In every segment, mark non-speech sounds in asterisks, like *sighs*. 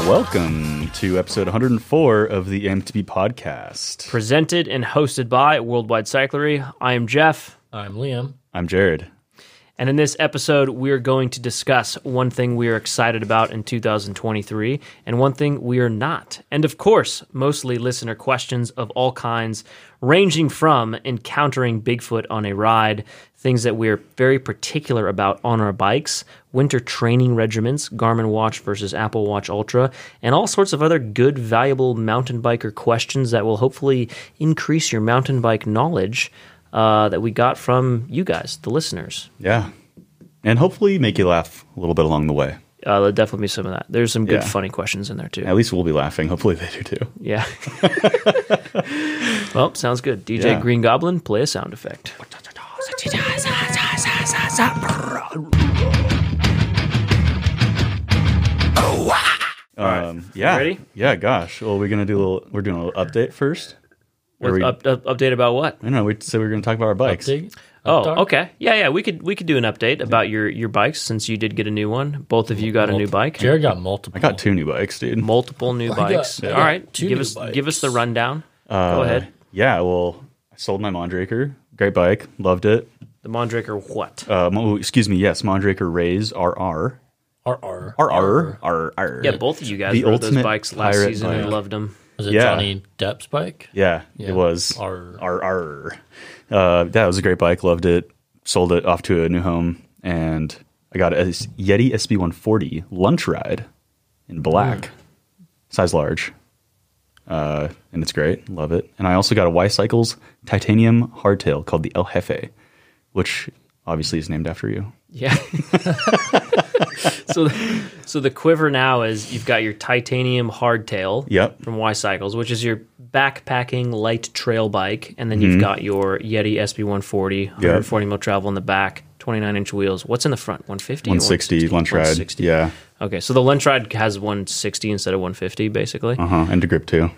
Welcome to episode 104 of the MTB podcast. presented and hosted by Worldwide Cyclery. I am Jeff, I'm Liam. I'm Jared. and in this episode, we are going to discuss one thing we are excited about in 2023 and one thing we are not. And of course, mostly listener questions of all kinds, ranging from encountering Bigfoot on a ride, things that we are very particular about on our bikes, winter training regimens, Garmin Watch versus Apple Watch Ultra, and all sorts of other good, valuable mountain biker questions that will hopefully increase your mountain bike knowledge uh, that we got from you guys, the listeners. Yeah. And hopefully make you laugh a little bit along the way. Uh, there'll definitely be some of that. There's some good, Yeah. funny questions in there too. At least we'll be laughing. Hopefully they do too. *laughs* Yeah. well, sounds good. DJ Yeah. Green Goblin, play a sound effect. All right. Um, yeah. ready? Yeah, gosh. Well, we're going to do a little, we're doing a little update first. Or we, Up, up- update about what? I don't know. We said we were going to talk about our bikes. Dig. Oh, Updog. okay. Yeah, yeah. We could we could do an update about your your bikes since you did get a new one. Both of you got a new bike. Jared got multiple. I got two new bikes, dude. Multiple new got- bikes. I All got right. two Give new us bikes. give us the rundown. Go Uh, ahead. Yeah. Well, I sold my Mondraker. Great bike. Loved it. The Mondraker what? Uh, mo- excuse me. Yes. Mondraker Rays RR. RR. RR. RR. yeah, both of you guys the rode those ultimate bikes last pirate season and bike. loved them. Was it Yeah. Johnny Depp's bike? Yeah, Yeah. it was. Arr. Arr, arr. Uh, that was a great bike. Loved it. Sold it off to a new home, and I got a S- Yeti SB140 lunch ride in black, Mm. size large, uh, and it's great. Love it. And I also got a Y Cycles titanium hardtail called the El Jefe, which obviously is named after you. Yeah. *laughs* so, so the quiver now is you've got your titanium hardtail Yep. from Y Cycles, which is your backpacking light trail bike, and then Mm-hmm. you've got your Yeti SB140, 140 mil travel in the back, 29 inch wheels. What's in the front? 150, 160 lunch ride. 160. Yeah. Okay, so the lunch ride has 160 instead of 150, basically. Uh huh. And to grip too.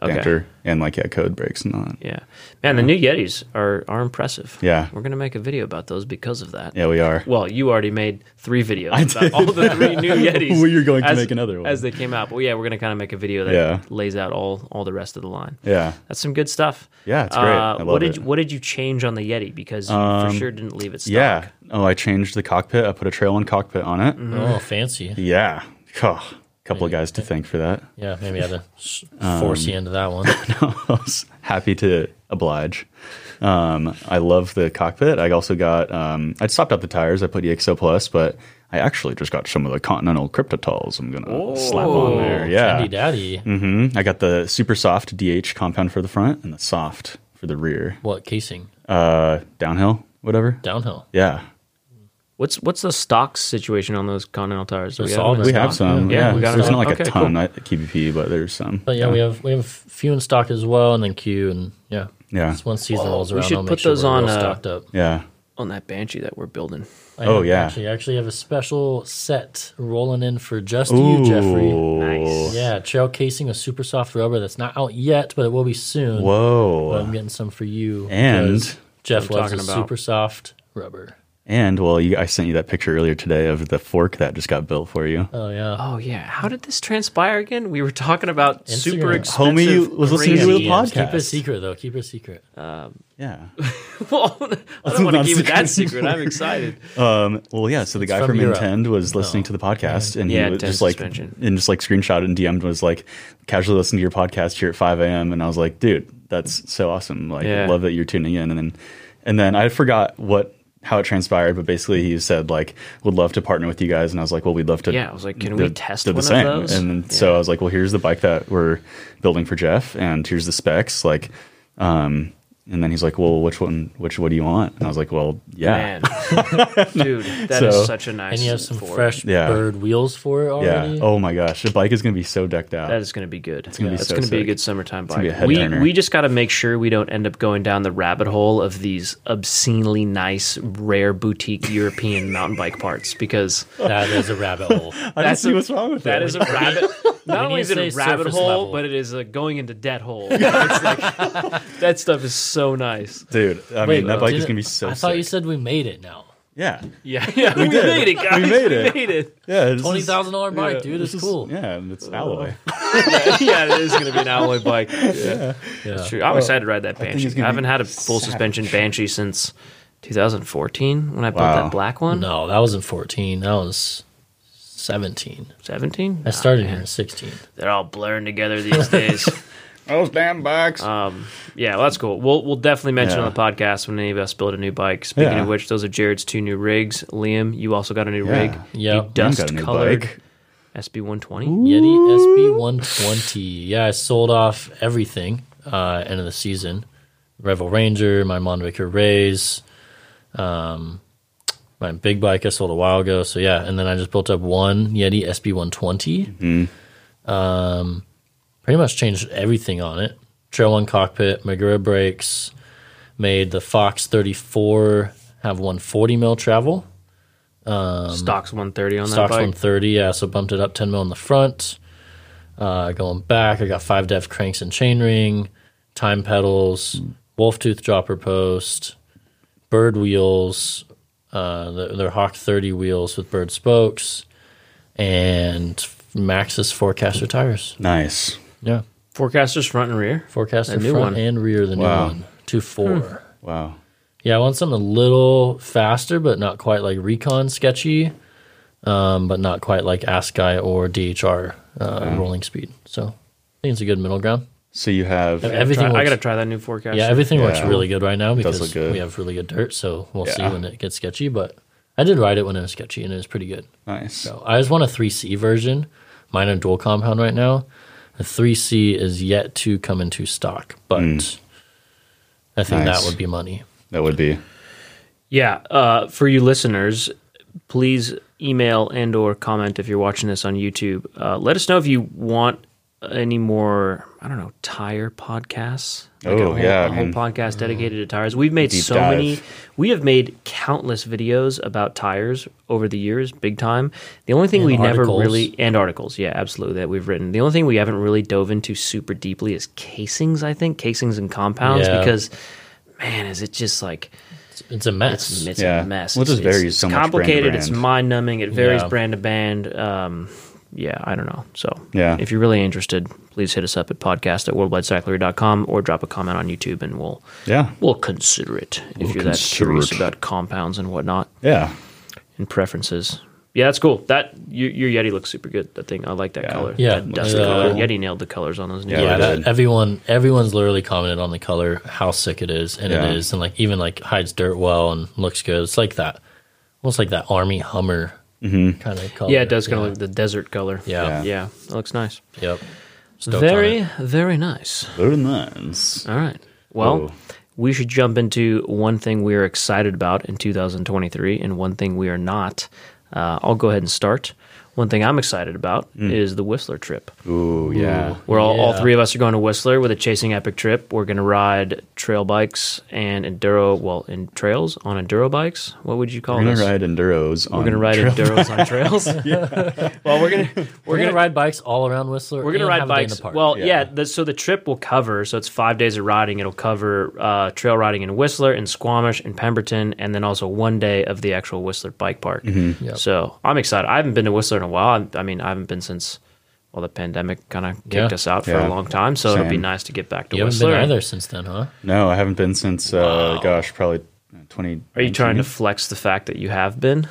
Okay. Damper and like yeah, code breaks and all that. Yeah, man, the new Yetis are are impressive. Yeah. we're gonna make a video about those because of that. Yeah, we are. Well, you already made three videos about did. all the *laughs* three new Yetis. We were going to make another one. as they came out. But yeah, we're going to kind of make a video that Yeah. lays out all all the rest of the line. yeah. That's some good stuff. Uh, Yeah, it's great. I love what did it. Um, you, what did you change on the Yeti? Because you for sure didn't leave it stock. Mm-hmm. Yeah. Oh, I changed the cockpit. I put a trail on cockpit on it. Oh, fancy. Yeah. Oh, couple of guys to thank for that. *laughs* Yeah, maybe I had to s- Um, force you into that one. I was happy to oblige. Um, I love the cockpit. I also got, um, I stopped out the tires. I put EXO Plus, but I actually just got some of the Continental Cryptotols I'm going to slap on Oh, there. *laughs* Yeah. Trendy Daddy. Mhm. I got the super soft DH compound for the front and the soft for the rear. What casing? Uh, downhill, whatever. Downhill. Yeah. What's what's the stock situation on those Continental tires? Do They're we have them in solid. We stock? have some. Yeah, Yeah. we got There's them. not like Okay, a ton at QBP, but there's some. But yeah, we have we have few in stock as well, and then Q, and yeah, Yeah. Just once season Whoa, rolls we around, should I'll make put sure those we're on, real uh, stocked up. Yeah. on that Banshee that we're building. I oh, have- yeah. actually, I actually have a special set rolling in for just you, Jeffrey. Nice. Yeah, trail casing with super soft rubber that's not out yet, but it will be soon. Whoa. I'm getting some for you. And- because Jeff I'm loves talking the about- super soft rubber. And well, you, I sent you that picture earlier today of the fork that just got built for you. Oh yeah. Oh yeah, how did this transpire again? We were talking about super Instagram. expensive. Homie was listening to crazy- the podcast. Keep it a secret though. Keep it a secret. Yeah. *laughs* Well, I don't want to not keep it that secret. secret. I'm excited. Um, well, yeah. So the guy from from, Europe. Oh. Intend was listening to the podcast, and Yeah, he was Intend just like, suspension. and just like screenshot and DM'd was like, casually listening to your podcast here at 5 a.m. And I was like, dude, that's so awesome. Like, Yeah. love that you're tuning in. And then, and then I forgot what how it transpired, but basically he said like, would love to partner with you guys. And I was like, well, we'd love to. Yeah, I was like, can did- we test did one the same. of those? And then, so I was like, well, here's the bike that we're building for Jeff, and here's the specs. Like, um, and then he's like, well, which one? Which what do you want? And I was like, well, yeah. *laughs* Man, dude, that is So- such a nice. And you have some fork. fresh Yeah. bird wheels for it Yeah. already. Oh my gosh, the bike is gonna be so decked out. That is going to be good. It's gonna be That's so going to be a sick. good summertime bike. be a head we turner. we just got to make sure we don't end up going down the rabbit hole of these obscenely nice, rare boutique European mountain bike parts because That is a rabbit hole. *laughs* I don't that's see a- what's wrong with that is a *laughs* rabbit. Not only need is to it a say rabbit surface hole, level. but it is a going into debt *laughs* hole. It's like, that stuff is so nice. dude. I mean, that bike is didn't- gonna be so. I thought you sick. said we made it now. Yeah. Yeah, *laughs* yeah, we, did. made it, We guys. We made made it. it. *laughs* Yeah. this Twenty is- thousand dollar bike, yeah, dude. this It's is- cool. Yeah, and it's alloy. yeah, it is going to be an alloy bike. Yeah, Yeah. that's true. I'm excited to ride that Banshee. it's I, gonna haven't be had a full suspension Banshee since 2014 when I bought Wow. that black one. Mm-hmm. No, that wasn't fourteen. That was seventeen. 17. I started here in sixteen. They're all blurring together *laughs* these days. Those damn bikes. yeah, well, that's cool. We'll we'll definitely mention Yeah. on the podcast when any of us build a new bike. Speaking Yeah. of which, those are Jared's two new rigs. Liam, you also got a new Yeah. rig. Yeah. You Liam got a new dust colored SB one twenty. Yeti SB 120. Yeah, I sold off everything uh, end of the season. Revel Ranger, my Montevic Rays, um, my big bike I sold a while ago. So yeah, and then I just built up one Yeti SB 120. Um, pretty much changed everything on it. Trail one cockpit, Magura brakes, made the Fox 34 have 140 mil travel. Stocks one thirty on Stocks that bike. 130, yeah, so bumped it up 10 mil in the front. Uh, going back, I got five def cranks and chainring, time pedals, wolf tooth dropper post, bird wheels, uh, they're, they're Hawk 30 wheels with bird spokes, and Maxxis Forecaster tires. nice. Yeah, Forecasters front and rear. Forecaster That new front one. Hmm. and rear, the Wow. new one, 2 4. Wow. Yeah, I want something a little faster, but not quite like Recon sketchy, um, but not quite like ASCII or DHR uh, rolling speed. So I think it's a good middle ground. So you have Ev- Everything Try- I works- gotta try that new forecaster. Yeah, everything works Yeah. really good right now does because look good. we have really good dirt. So we'll see Yeah. when it gets sketchy. But I did ride it when it was sketchy and it was pretty good. nice. So I just want a 3C version. Mine are dual compound right now. The 3C is yet to come into stock, but I think Hmm. Nice. that would be money. That would be. Yeah, uh, for you listeners, please email and or comment if you're watching this on YouTube. Uh, let us know if you want any more. I don't know tire podcasts. a Oh, whole, yeah, a I whole mean- mm-hmm. podcast dedicated to tires. We've made Deep so dive. many. We have made countless videos about tires over the years, big time. The only thing we articles. never really and articles, yeah, absolutely that we've written. The only thing we haven't really dove into super deeply is casings. I think casings and compounds Yeah. because. Man, is it just like It's a mess. it's, it's Yeah. a mess. Well, it just It's- varies it's so much brand to complicated. It's brand. mind numbing. It varies Yeah. brand to brand. Um, yeah, I don't know. So Yeah. if you're really interested, please hit us up at podcast at worldwidecyclery.com or drop a comment on YouTube and we'll Yeah. we'll consider it if you're that consider curious it. about compounds and whatnot Yeah. and preferences. Yeah, that's cool. That your, your Yeti looks super good. That thing, I like that color. Yeah. that dust Yeah. color. Yeti nailed the colors on those. New Yeah, yeah, they ones. that, did. everyone everyone's literally commented on the color how sick it is and Yeah. it is and like even like hides dirt well and looks good it's like that almost like that army hummer Mm-hmm. kind of color yeah, it does kind of yeah. look the desert color. Yeah. yeah, yeah, that looks nice. yep Stoked on Very, it. very nice. Very nice. All right. Well, Whoa. we should jump into one thing we're excited about in 2023 and one thing we are not. Uh, I'll go ahead and start. One thing I'm excited about is the Whistler trip. Ooh, yeah. We're all, all Yeah. three of us are going to Whistler with a Chasing Epic trip. We're going to ride trail bikes and enduro, well, in trails on enduro bikes. What would you call We're this? gonna ride enduros. we're going to ride enduros on trails. well, we're going to *laughs* we're gonna ride bikes all around whistler we're gonna and ride have a day in bikes. the park. Well, yeah. Yeah. the, so the trip will cover. So it's five days of riding. It'll cover uh, trail riding in Whistler and Squamish and Pemberton, and then also one day of the actual Whistler Bike Park. Yep. So I'm excited. I haven't been to Whistler in a while. I, I mean, I haven't been since well, the pandemic kind of kicked Yeah. us out for Yeah. a long time. So it'll be Same. nice to get back to you haven't Whistler. been either since then huh No, I haven't been since. Uh, Gosh, probably twenty. Are you trying to flex the fact that you have been?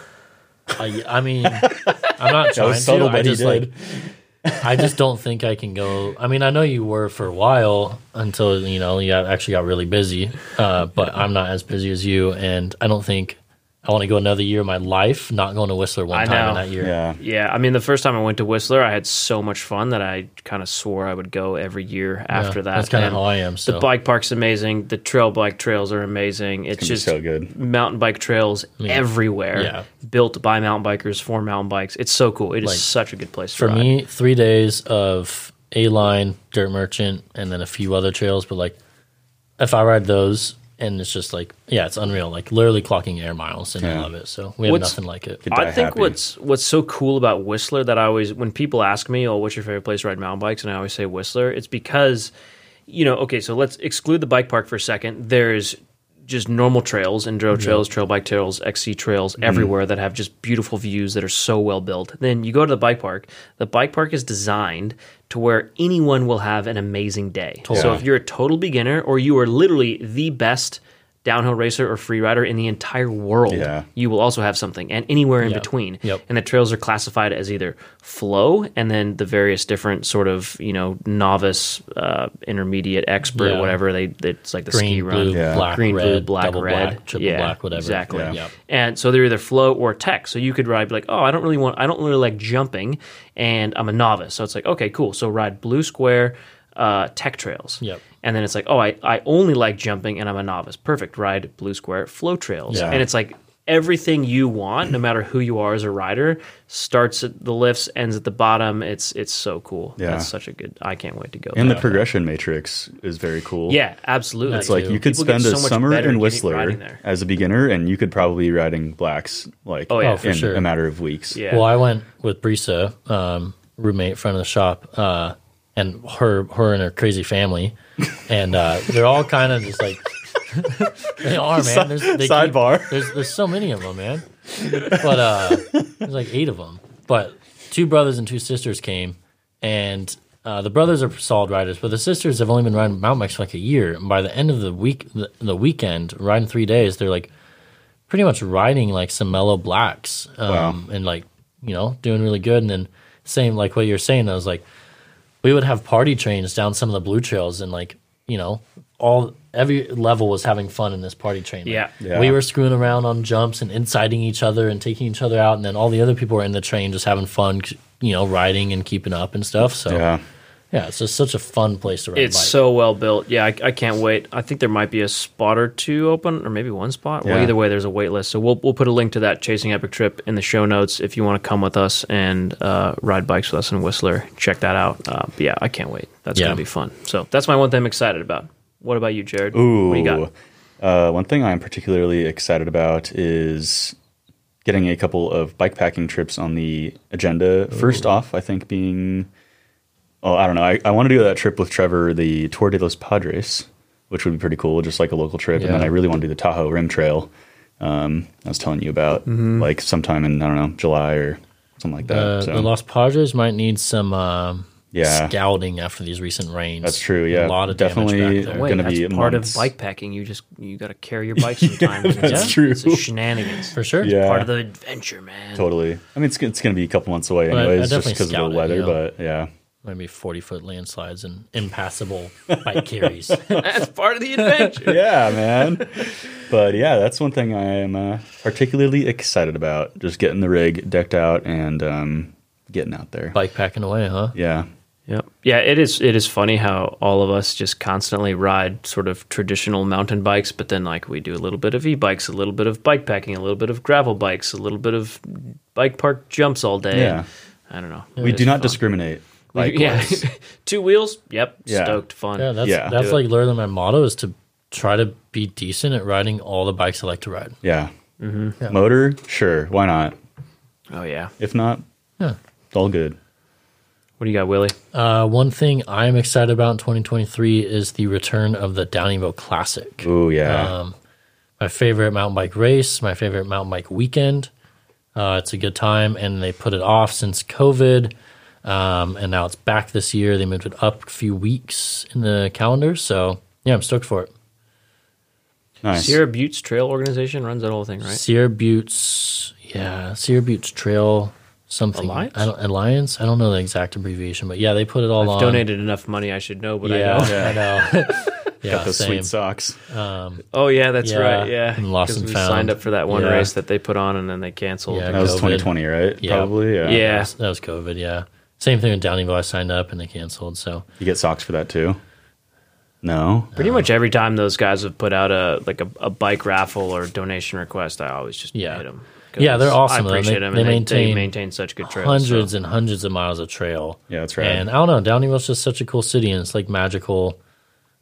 i, I *laughs* mean i'm not trying was subtle, to but he i just did. like i just don't think i can go i mean i know you were for a while until you know you got- actually got really busy uh, but i'm not as busy as you and i don't think i want to go another year of my life not going to whistler one I time in know. that year Yeah. Yeah, I mean, the first time I went to Whistler, I had so much fun that I kind of swore I would go every year after that. that's kinda And how I am, so. The bike park's amazing. The trail bike trails are amazing. It's, gonna be just so good. Mountain bike trails everywhere, Yeah. built by mountain bikers for mountain bikes. It's so cool. It is Like, such a good place for to ride. me three days of a line dirt merchant and then a few other trails but like if i ride those and it's just like yeah it's unreal like literally clocking air miles and i Yeah. love it so we have What's- nothing like it Could I die think happy. what's what's so cool about Whistler that I always when people ask me, "Oh, what's your favorite place to ride mountain bikes?" and I always say Whistler, it's because you know, okay, so let's exclude the bike park for a second. There's just normal trails, enduro trails, trail bike trails, XC trails Mm-hmm. everywhere that have just beautiful views that are so well built. Then you go to the bike park. The bike park is designed to where anyone will have an amazing day. So if you're a total beginner or you are literally the best downhill racer or free rider in the entire world, Yeah. you will also have something and anywhere in Yep. between. Yep. And the trails are classified as either flow and then the various different sort of, you know, novice, uh, intermediate, expert, Yeah. whatever they, it's like the ski Green, run. blue, Yeah. black, Green, red, blue, black, double red, black, triple Yeah, black, whatever. Exactly. Yeah. Yep. And so they're either flow or tech. So you could ride like, oh, I don't really want, I don't really like jumping, and I'm a novice. So it's like, okay, cool. So ride blue square, uh, tech trails. Yep. And then it's like, oh, I, I only like jumping and I'm a novice. Perfect. Ride blue square flow trails. Yeah. And it's like everything you want, no matter who you are as a rider, starts at the lifts, ends at the bottom. It's it's so cool. Yeah. That's such a good. I can't wait to go. And there. the progression matrix is very cool. yeah, absolutely. It's like you could People get spend a so much summer better in getting- Whistler riding there. as a beginner, and you could probably be riding blacks like Oh, yeah. Oh, for in sure. a matter of weeks. Yeah. Well, I went with Brisa, um, roommate, friend of the shop, uh, and her, her and her crazy family, and uh, they're all kind of just like *laughs* they *laughs* are, man. There's, they keep- Sidebar. there's there's so many of them, man. But uh, there's like eight of them. But two brothers and two sisters came, and uh, the brothers are solid riders, but the sisters have only been riding mountain bikes for like a year. And by the end of the week, the, the weekend, riding three days, they're like pretty much riding like some mellow blacks, um, and like you know doing really good. And then same like what you're saying, I was like we would have party trains down some of the blue trails and like you know all every level was having fun in this party train Like, Yeah. Yeah. we were screwing around on jumps and insiding each other and taking each other out and then all the other people were in the train just having fun you know riding and keeping up and stuff so Yeah. yeah, it's just such a fun place to ride It's a bike. so well built. Yeah, I, I can't wait. I think there might be a spot or two open, or maybe one spot. Well, Yeah. either way, there's a wait list. So we'll we'll put a link to that Chasing Epic trip in the show notes if you want to come with us and uh, ride bikes with us in Whistler. Check that out. Uh, but yeah, I can't wait. That's Yeah. gonna be fun. So that's my one thing I'm excited about. What about you, Jared? Ooh. What do you got? Uh, one thing I'm particularly excited about is getting a couple of bikepacking trips on the agenda. First off, I think being, oh, I don't know. I, I want to do that trip with Trevor, the Tour de los Padres, which would be pretty cool, just like a local trip. And then Yeah. I really want to do the Tahoe Rim Trail. Um, I was telling you about like sometime in I don't know July or something like that. Uh, so. Mm-hmm. the Los Padres might need some um, Yeah. scouting after these recent rains. That's true, yeah. a lot of damage Definitely- back there. Wait, gonna that's be part months. of bikepacking. You just you got to carry your bike *laughs* sometimes. that's It's- true. It's a shenanigans. for sure. Yeah. Part of the adventure, man. Totally. I mean, it's, it's going to be a couple months away, But I anyways, just definitely because of scout the it, weather. you know. But yeah, maybe 40 foot landslides and impassable bike carries. *laughs* *laughs* That's part of the adventure. yeah, man. But yeah, that's one thing I am uh, particularly excited about. Just getting the rig decked out and um, getting out there. bike packing away, huh? Yeah, Yep. Yeah, it is it is funny how all of us just constantly ride sort of traditional mountain bikes, but then like we do a little bit of e-bikes, a little bit of bike packing, a little bit of gravel bikes, a little bit of bike park jumps all day. Yeah. I don't know. we It do is not fun. discriminate. We- yeah. Likewise. *laughs* Two wheels? Yep. Yeah. Stoked fun. Yeah, that's Yeah. that's Do like literally my motto is to try to be decent at riding all the bikes I like to ride. yeah. Mm-hmm. Motor, sure. Why not? oh yeah. If not, Yeah. it's all good. What do you got, Willie? Uh, one thing I'm excited about in 2023 is the return of the Downeyville Classic. Oh yeah, Um, my favorite mountain bike race, my favorite mountain bike weekend. Uh, it's a good time, and they put it off since COVID, um, and now it's back this year. They moved it up a few weeks in the calendar, so yeah, I'm stoked for it. nice. Sierra Buttes Trail Organization runs that whole thing, right? Sierra Buttes, yeah, Sierra Buttes Trail something Alliance? I don't, Alliance. I don't know the exact abbreviation, but yeah, they put it all on. Donated enough money, I should know, but I Yeah, don't. *laughs* I know. *laughs* yeah, Got those same. sweet socks. Oh yeah, that's Yeah. right. Yeah, And lost 'Cause and we found. signed up for that one Yeah. race that they put on and then they canceled. Yeah. That was COVID. 2020, right? Yeah. Probably. Yeah. Yeah. That was- that was COVID. Yeah, same thing with Downeyville. I signed up and they canceled. So You get socks for that too. No. Pretty much every time those guys have put out a like a, a bike raffle or donation request, I always just Yeah. hit them. Yeah, they're awesome, I though. appreciate They- them. they and they, maintain, they maintain maintain such good trails. hundreds so. and hundreds of miles of trail. Yeah, that's right. And I don't know, Downeyville's just such a cool city, and it's like magical.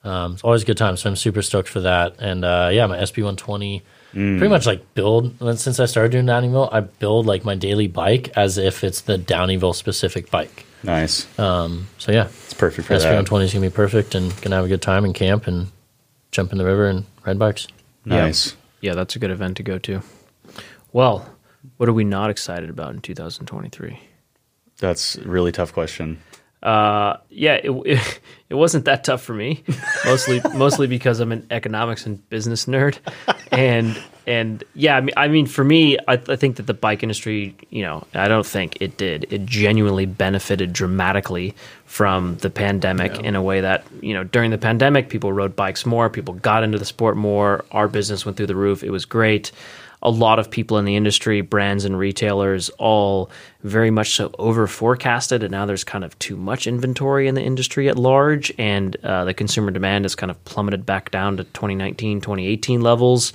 Um, it's always a good time, so I'm super stoked for that. And uh, yeah, my SP120, Mm. pretty much like build. Since I started doing Downeyville, I build like my daily bike as if it's the Downeyville specific bike. Nice. Uh, So yeah, it's perfect for that. SP120 is gonna be perfect, and gonna have a good time in camp and jump in the river and ride bikes. Nice. Yeah, that's a good event to go to. Well, what are we not excited about in 2023? That's a really tough question. Uh, yeah, it, *laughs* it, it wasn't that tough for me, mostly mostly because I'm an economics and business nerd, and and yeah, I mean, I mean for me, I, I think that the bike industry, you know, I don't think it did. It genuinely benefited dramatically from the pandemic in a way that you know during the pandemic, people rode bikes more, people got into the sport more. Our business went through the roof. It was great a lot of people in the industry, brands and retailers, all very much so over forecasted. And now there's kind of too much inventory in the industry at large. And uh, the consumer demand has kind of plummeted back down to 2019, 2018 levels.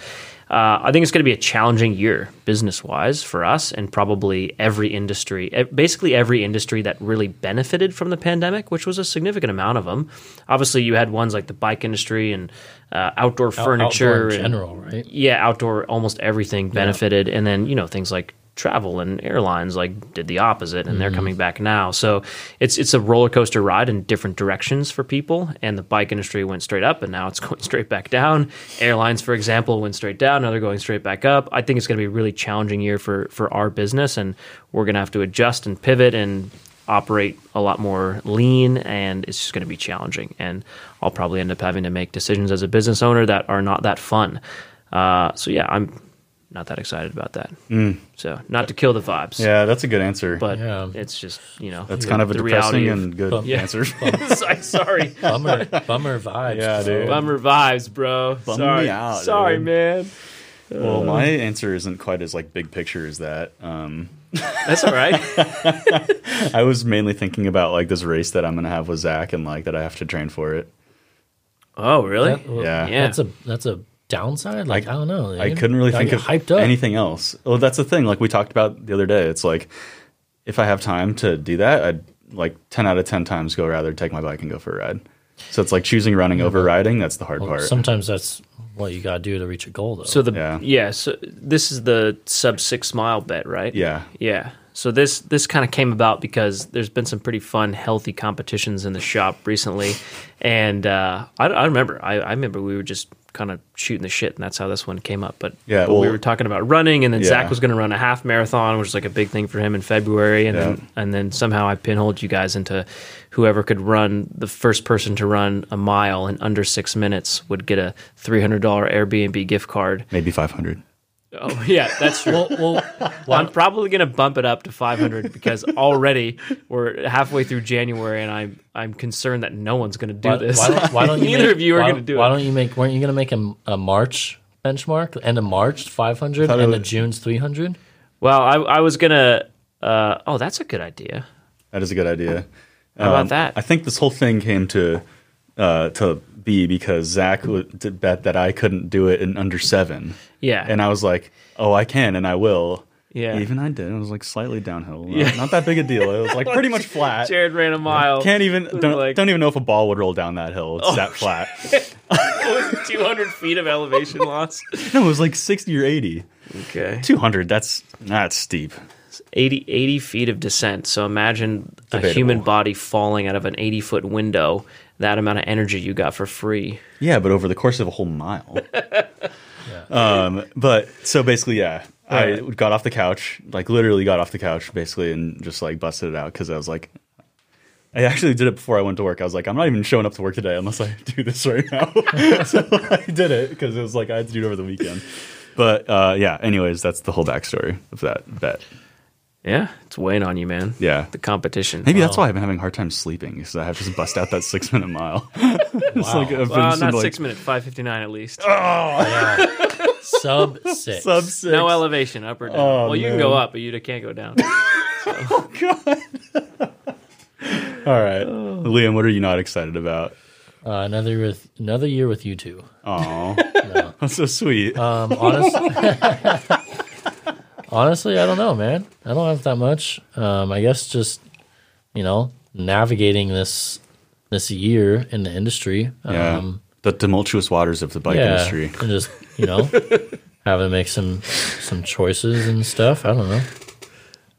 Uh, I think it's going to be a challenging year business wise for us and probably every industry, eh, basically every industry that really benefited from the pandemic, which was a significant amount of them. Obviously, you had ones like the bike industry and uh, outdoor Out- outdoor furniture in and general, right? yeah, outdoor almost everything benefited, and then you know things like travel and airlines like did the opposite, and they're coming back now. So it's it's a roller coaster ride in different directions for people. And the bike industry went straight up, and now it's *laughs* going straight back down. Airlines, for example, went straight down. Now they're going straight back up. I think it's going to be a really challenging year for for our business, and we're going to have to adjust and pivot and operate a lot more lean and it's just going to be challenging and i'll probably end up having to make decisions as a business owner that are not that fun uh, so yeah i'm not that excited about that so not to kill the vibes Mm. Yeah, that's a good answer. but Yeah. it's just you know that's kind of a the depressing reality of- and good Bump. Yeah. answer. *laughs* Sorry, sorry *laughs* Bummer, bummer vibes. Yeah, dude. bummer vibes bro Bummed sorry me out, sorry dude. man *laughs* well, my answer isn't quite as like big picture as that. Um, that's all right I was mainly thinking about like this race that I'm gonna have with Zach and like that I have to train for it. *laughs* oh really That- well, Yeah. Yeah. That's a that's a downside. Like I, don't know. I couldn't really think of hyped up. anything else. Well, that's the thing. Like we talked about the other day, it's like if I have time to do that, I'd like ten out of ten times go rather take my bike and go for a ride. So it's like choosing running over riding. That's the hard part. Sometimes that's what you gotta do to reach a goal, though. So the yeah. Yeah. so this is the sub six mile bet, right? Yeah. yeah. So this this kind of came about because there's been some pretty fun, healthy competitions in the shop recently, and uh, I, I remember I, I remember we were just kind of shooting the shit, and that's how this one came up. But Yeah, but we well- were talking about running, and then Yeah. Zach was going to run a half marathon, which is like a big thing for him in February, and then and then somehow I pinholed you guys into whoever could run the first person to run a mile in under six minutes would get a three hundred dollar Airbnb gift card. Maybe five hundred. Oh yeah, that's true. I'm probably gonna bump it up to 500 because already we're halfway through January, and I'm I'm concerned that no one's gonna do why, this. why *laughs* don't, why don't you Neither make- of you are why- gonna do Why it. don't you make? Weren't you gonna make a, a March benchmark? End of March, five hundred, Thought it and a was- June's *laughs* three hundred. Well, I I was gonna. Uh, oh, that's a good idea. That is a good idea. How Um, about that? Um, I think this whole thing came to uh, to be because Zach would to bet that I couldn't do it in under seven. Yeah. and I was like, "Oh, I can, and I will." Yeah. even I did. It was like slightly downhill. Not, not that big a deal. It was like pretty *laughs* much flat. Jared ran a mile. Can't even don't, like- Oh, don't even know if a ball would roll down that hill. It's that *laughs* flat. *laughs* What *laughs* was it, 200 feet of elevation loss. No, it was like sixty or eighty. Okay. Two hundred. That's that's steep. 80, 80 feet of descent. So imagine a Debatable. human body falling out of an 80 foot window. That amount of energy you got for free. Yeah, but over the course of a whole *laughs* mile. Um, but so basically, yeah, I got off the couch, like literally got off the couch, basically, and just like busted it out because I was like, I actually did it before I went to work. I was like, I'm not even showing up to work today unless I *laughs* do this right now. so I did it because it was like I had to do it over the weekend. But uh, yeah, anyways, that's the whole backstory of that bet. Yeah, it's weighing on you, man. Yeah. The competition. Maybe that's why I've been having a hard time sleeping because I have to just bust out that *laughs* six minute mile. it's Wow. like I've been Well, sort of not like, Oh, six minutes, five fifty nine at least. Sub six. Sub six. no elevation, up or down. Oh, well, you can go man. up, but you can't go down. All right. Oh. Liam, what are you not excited about? *laughs* Uh, another year with another year with you two. Oh, that's so sweet. Um, honest, honestly, I don't know, man. I don't have that much. Um, I guess just you know navigating this this year in the industry. yeah. Um, the tumultuous waters of the bike industry. and just *laughs* you know having to make some some choices and stuff. I don't know.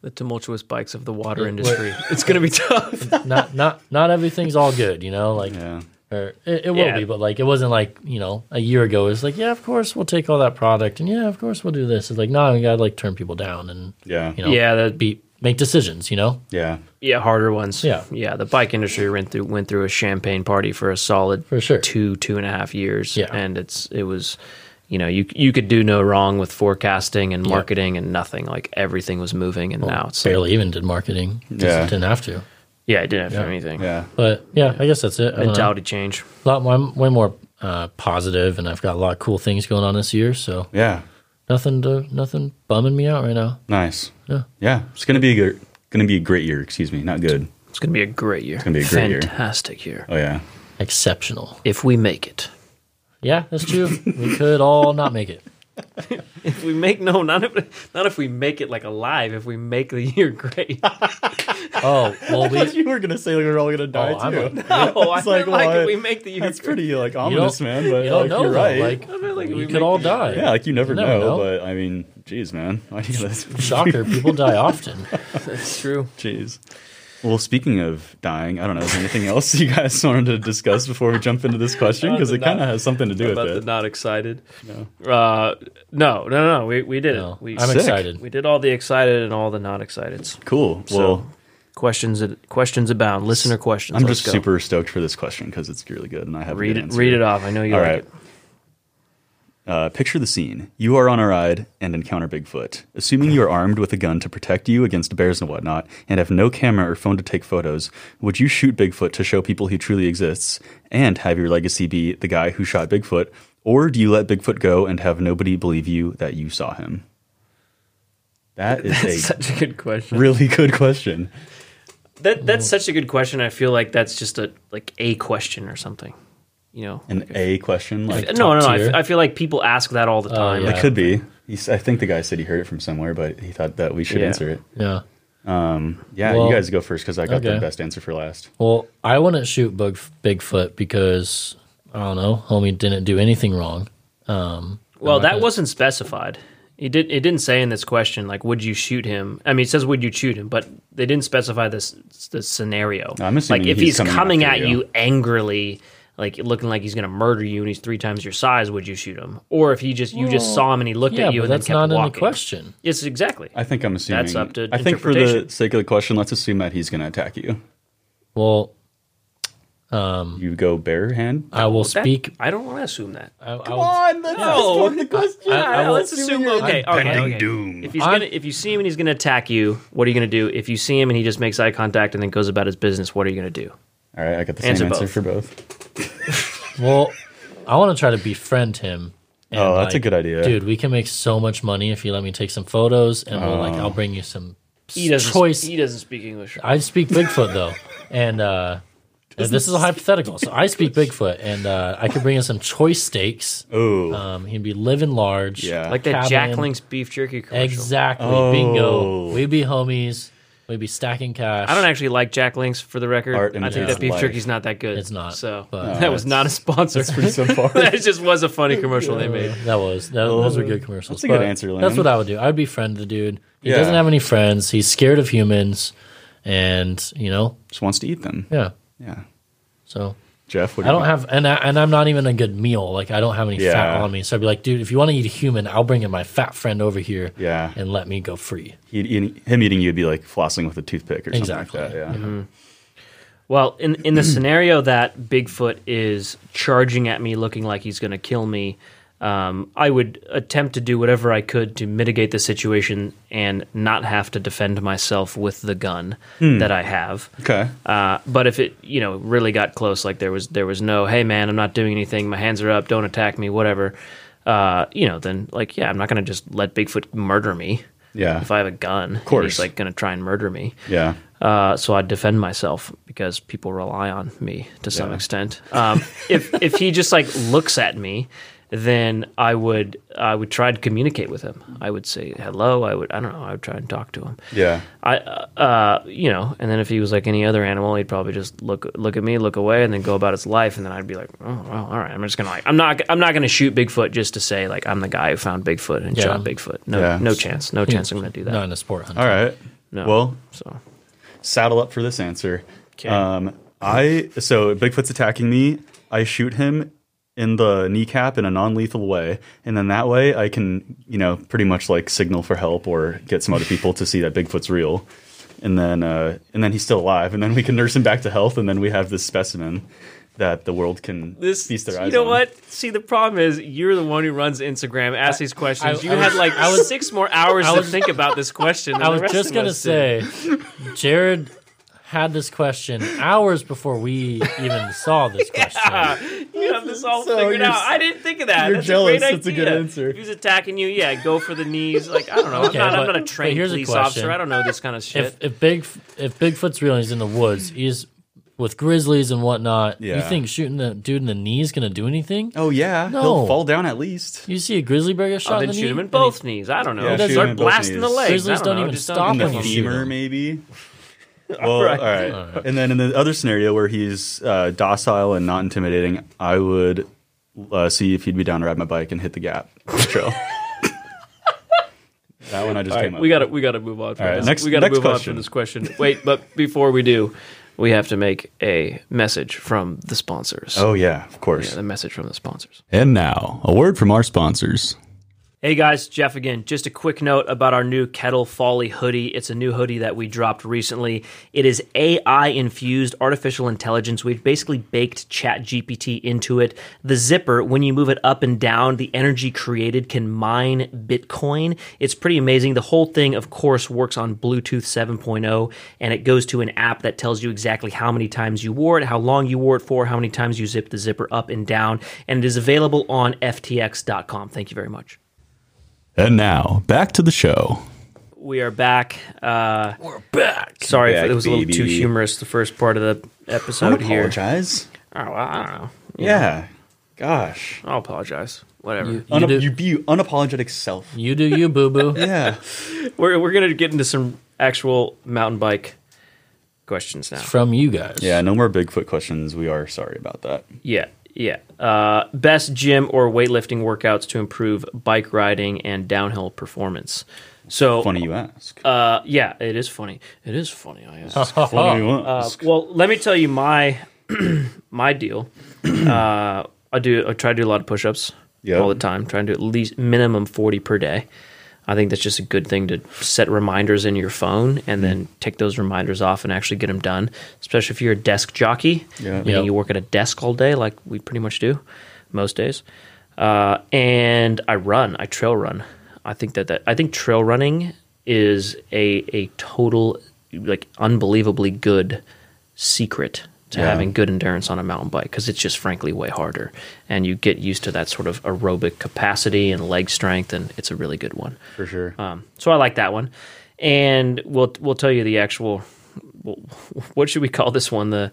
the tumultuous *laughs* bikes of the water industry. it's going to be tough. Not not not everything's all good, you know. Like Yeah. Or it, it will Yeah. be, but like it wasn't like you know a year ago. It's like yeah, of course we'll take all that product, and yeah, of course we'll do this. It's like no, we gotta like turn people down and Yeah. you know Yeah, that'd be make decisions. You know, Yeah. Yeah, harder ones. Yeah. yeah. The bike industry went through went through a champagne party for a solid For sure. two two and a half years. Yeah. and it's it was, you know, you you could do no wrong with forecasting and marketing and nothing. Like everything was moving, and now it's barely even did marketing. Just Yeah. didn't have to. yeah, I didn't have to do Yeah. Uh-huh. anything. Yeah. But yeah, I guess that's it. I don't know. mentality change. a lot more, I'm way more uh, positive, and I've got a lot of cool things going on this year. So Yeah. nothing to nothing bumming me out right now. Nice. Yeah. Yeah. It's gonna be a good, gonna be a great year. Excuse me. Not good. It's gonna be a great year. It's gonna be a great year. fantastic year. Oh *laughs* yeah. Exceptional. If we make it, *laughs* Yeah, that's true. we could all not make it. if we make no, not if not if we make it like alive. If we make the year *laughs* great, *laughs* Oh well, we. *laughs* you were gonna say we're all gonna die Oh, I'm too. no, I It's like, meant like well, if we make *laughs* the year. That's great. pretty like You ominous, don't- man. But you don't like, know, you're though, right. Like, I mean, like, we we make could all the- die. yeah, like *laughs* you never, never know, know. But I mean, geez, man. *laughs* I think that's Shocker! People die often. That's true. Jeez. Well, speaking of dying, I don't know. Is there anything else you guys *laughs* wanted to discuss before we jump into this question? Because it About Uh, the kind of has something to do with about the it. not excited. No, uh, no, no, no. We we did No, it. We, I'm Sick. excited. we did all the excited and all the not exciteds. Cool. So Well, questions questions abound. Listener questions. I'm Let's just go. super stoked for this question because it's really good, and I have a Read good it. answer. Read it off. I know you All like right. it. *laughs* Uh, picture the scene. You are on a ride and encounter Bigfoot. Assuming you are armed with a gun to protect you against bears and whatnot, and have no camera or phone to take photos, would you shoot Bigfoot to show people he truly exists and have your legacy be the guy who shot Bigfoot? Or do you let Bigfoot go and have nobody believe you that you saw him? That is a That's such a good *laughs* question. really good question. That that's such a good question. I feel like that's just a like a question or something. You know. An A question? Like, no, no, no. top I, f- tier. I feel like people ask that all the time. yeah. it could be. He's, I think the guy said he heard it from somewhere, but he thought that we should Yeah. answer it. Yeah. Yeah, Well, you guys go first because I got the okay. best answer for last. Well, I wouldn't shoot Bug, Bigfoot because I don't know, homie didn't do anything wrong. Um, Well, I'm not that gonna- wasn't specified. It did. It didn't say in this question like, would you shoot him? I mean, it says would you shoot him, but they didn't specify this the scenario. I'm assuming like if he's he's, coming coming, after at you. you. angrily, like looking like he's going to murder you, and he's three times your size, would you shoot him? Or if he just you just saw him and he looked Yeah, at you but and then that's kept not in walking. the question. Yes, exactly. I think I'm assuming. That's up to I think for the interpretation. sake of the question, let's assume that he's going to attack you. Well, You go bare hand. I will That- speak. I don't want to assume that. I, I Come will- on, let's No. just flip the question. I- I will- let's assume. Okay, okay, Pending okay. doom. If he's I'm- gonna, if you see him and he's gonna attack you, what are you gonna do? If you see him and he just makes eye contact and then goes about his business, what are you gonna do? All right, I got the Answer same answer both. for both. Well, I want to try to befriend him. and, Oh, that's a good idea. dude. We can make so much money if you let me take some photos, and we'll Oh. like I'll bring you some He doesn't. choice. He doesn't speak English. I speak Bigfoot though, and uh, this is a hypothetical. So I speak Bigfoot, and uh, I could bring in some choice steaks. Ooh. Um, he'd be living large. Yeah. Like that Cabin. Jack Link's beef jerky commercial. Exactly. Oh. Bingo. We'd be homies. We'd be stacking cash. I don't actually like Jack Link's for the record. Art I think imitates that beef life. jerky's not that good. It's not, So *laughs* but- that was not a sponsor. That's pretty so far. *laughs* that just was a funny commercial they made. Oh, That was that, those were good commercials. Oh, that's a good but answer, Lynn. That's what I would do. I'd befriend the dude. He Yeah. doesn't have any friends. He's scared of humans, and you know, Just wants to eat them. yeah. Yeah. So Jeff, what do I you don't think? have, and I, and I'm not even a good meal. Like I don't have any fat Yeah. on me. So I'd be like, dude, if you want to eat a human, I'll bring in my fat friend over here. Yeah. and let me go free. He'd, eat- him eating you would be like flossing with a toothpick or Exactly. something like that. Yeah. Well, in in the scenario that Bigfoot is charging at me, looking like he's going to kill me, um, I would attempt to do whatever I could to mitigate the situation and not have to defend myself with the gun Hmm. that I have. Okay. Uh, but if it, you know, really got close, like there was there was no, hey man, I'm not doing anything. My hands are up. Don't attack me. Whatever. Uh, you know, then like yeah, I'm not gonna just let Bigfoot murder me. Yeah. If I have a gun, of course. he's like gonna try and murder me. Yeah. Uh, so I defend myself because people rely on me to some extent. Um, if if he just like looks at me, then I would I would try to communicate with him. I would say hello. I would I don't know. I would try and talk to him. Yeah. I, uh, uh, you know, and then if he was like any other animal, he'd probably just look look at me, look away, and then go about his life. And then I'd be like, oh well, all right. I'm just gonna like, I'm not I'm not gonna shoot Bigfoot just to say like I'm the guy who found Bigfoot and Yeah. shot Bigfoot. No, Yeah. no chance, no chance. I'm gonna do that. Not in a sport hunt. All right. No. Well, So saddle up for this answer. 'Kay. Um, I so Bigfoot's attacking me. I shoot him in the kneecap in a non-lethal way, and then that way I can, you know, pretty much like signal for help or get some other people to see that Bigfoot's real. And then, uh, and then he's still alive, and then we can nurse him back to health, and then we have this specimen that the world can This, feast their eyes. you know on. what? See, the problem is you're the one who runs Instagram, asks these questions. I- you I had was- like I was- six more hours I to was- think about this question. than I the was rest just of gonna us did. say, Jared had this question hours before we even saw *laughs* this question. You have this all So figured you're- out. I didn't think of that. you're That's A jealous. great That's a idea. good answer. If he's attacking you, yeah, go for the knees. Like I don't know. Okay, I'm, not, I'm but- not a but trained here's a police question. officer. I don't know this kind of shit. if if big if Bigfoot's real and he's in the woods, he's with grizzlies and whatnot. You Yeah. think shooting the dude in the knee is gonna do anything? Oh yeah, No. he'll fall down at least. You see a grizzly bear get shot oh, in then the shoot knee, him in and he- both knees. I don't know. Yeah, shoot him Start in both blasting knees. the legs. Grizzlies I don't don't, know. even Just stop don't in the when you shoot femur, him. maybe. Well, all right. And then in the other scenario where he's uh, docile and not intimidating, I would uh, see if he'd be down to ride my bike and hit the gap in the trail. that one I just came up. We got to we got to move on. From All right, this. next- we got to next move on question. from this question. Wait, but before we do, we have to make a message from the sponsors. Oh yeah, of course. yeah, the message from the sponsors. And now a word from our sponsors. Hey guys, Jeff again. Just a quick note about our new Kettle Folly hoodie. It's a new hoodie that we dropped recently. It is AI infused artificial intelligence. We've basically baked ChatGPT into it. The zipper, when you move it up and down, the energy created can mine Bitcoin. It's pretty amazing. The whole thing, of course, works on Bluetooth 7.0 and it goes to an app that tells you exactly how many times you wore it, how long you wore it for, how many times you zipped the zipper up and down. And it is available on FTX.com. Thank you very much. And now back to the show. We are back. Uh, We're back. Sorry, if Back, it was a little too baby. humorous the first part of the episode here. apologize. Oh, well, I don't know. Yeah. Gosh. I'll apologize. Whatever. You, you Una- do Oh, you be your unapologetic *laughs* self. you do you boo boo. *laughs* Yeah. We're we're gonna get into some actual mountain bike questions now. From you guys, *laughs* yeah. No more Bigfoot questions. We are sorry about that. Yeah, yeah. Uh, best gym or weightlifting workouts to improve bike riding and downhill performance. So Funny you ask. Uh, yeah, it is funny. It is funny. I guess. Funny you Uh, ask. well, let me tell you my *clears throat* my deal. *clears throat* Uh, I do. I try to do a lot of push-ups Yeah. all the time. Try and do at least minimum forty per day. I think that's just a good thing to set reminders in your phone Hmm. and then take those reminders off and actually get them done. Especially if you're a desk jockey, Yeah. meaning Yep. you work at a desk all day, like we pretty much do most days. Uh, and I run. I trail run. I think that, that I think trail running is a a total like unbelievably good secret to Yeah. having good endurance on a mountain bike because it's just frankly way harder and you get used to that sort of aerobic capacity and leg strength and it's a really good one For sure. Uh, um, so i like that one and we'll we'll tell you the actual *laughs* what should we call this one the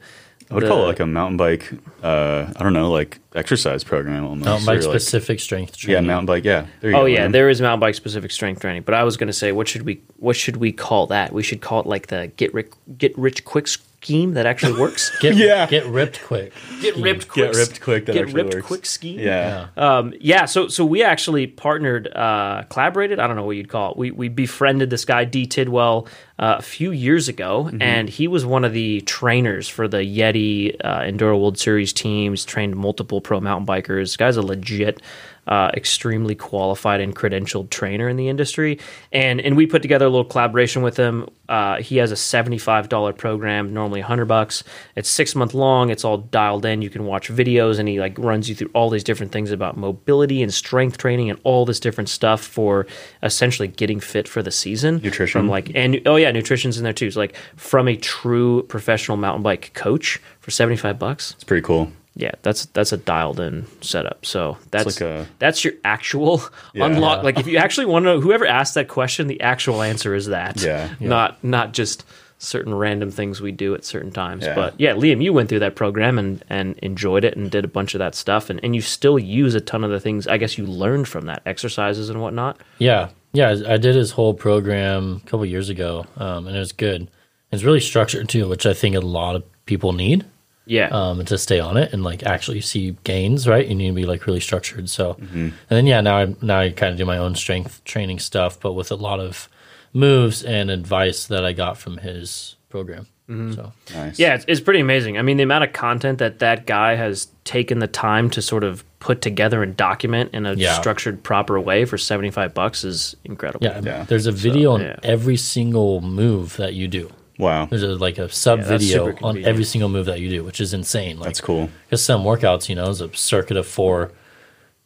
I would the- call it like a mountain bike. Uh, I don't know, like exercise program almost. mountain bike or like- specific strength Yeah, training. mountain bike. Yeah. There you Oh go, yeah, man. there is mountain bike specific strength training, but I was going to say what should we what should we call that? We should call it like the get rich get rich quick scheme that actually *laughs* works. Get, Yeah. get ripped quick. get ripped Get ripped quick. That get actually ripped works. quick scheme. Yeah. Um, yeah, so so we actually partnered, uh, collaborated. I don't know what you'd call it. We we befriended this guy D Tidwell uh, a few years ago, and he was one of the trainers for the Yeti uh, Enduro World Series teams. Trained multiple pro mountain bikers. Guy's a legit, uh, extremely qualified and credentialed trainer in the industry. And and we put together a little collaboration with him. Uh, he has a seventy five dollar program, normally hundred bucks. It's six month long. It's all dialed in. You can watch videos, and he like runs you through all these different things about mobility and strength training and all this different stuff for essentially getting fit for the season. Nutrition. from like and oh yeah, nutrition's in there too. So like from a true professional mountain bike coach for seventy five bucks. It's pretty cool. Yeah, that's that's a dialed in setup. So like that's a- that's your actual Yeah. unlock. Like if you actually want to know, whoever asked that question, the actual answer is that. Yeah. Yeah. *laughs* not not just certain random things we do at certain times. Yeah. But yeah, Liam, you went through that program and and enjoyed it and did a bunch of that stuff, and and you still use a ton of the things. I guess you learned from that exercises and whatnot. Yeah, yeah. I I did his whole program a couple years ago, um, and it was good. It's really structured too, which I think a lot of people need Yeah, um, to stay on it and like actually see gains. Right, you need to be like really structured. So, Mm-hmm. and then yeah, now I now I kind of do my own strength training stuff, but with a lot of moves and advice that I got from his program. Mm-hmm. So Nice. Yeah, it's, it's pretty amazing. I mean, the amount of content that that guy has taken the time to sort of put together and document in a Yeah. structured, proper way for 75 bucks is incredible. yeah, Yeah. there's a video on yeah. every single move that you do. Wow. There's a, like a sub that's video super on convenient. every single move that you do, which is insane. Like, That's cool. Because some workouts, you know, is a circuit of four,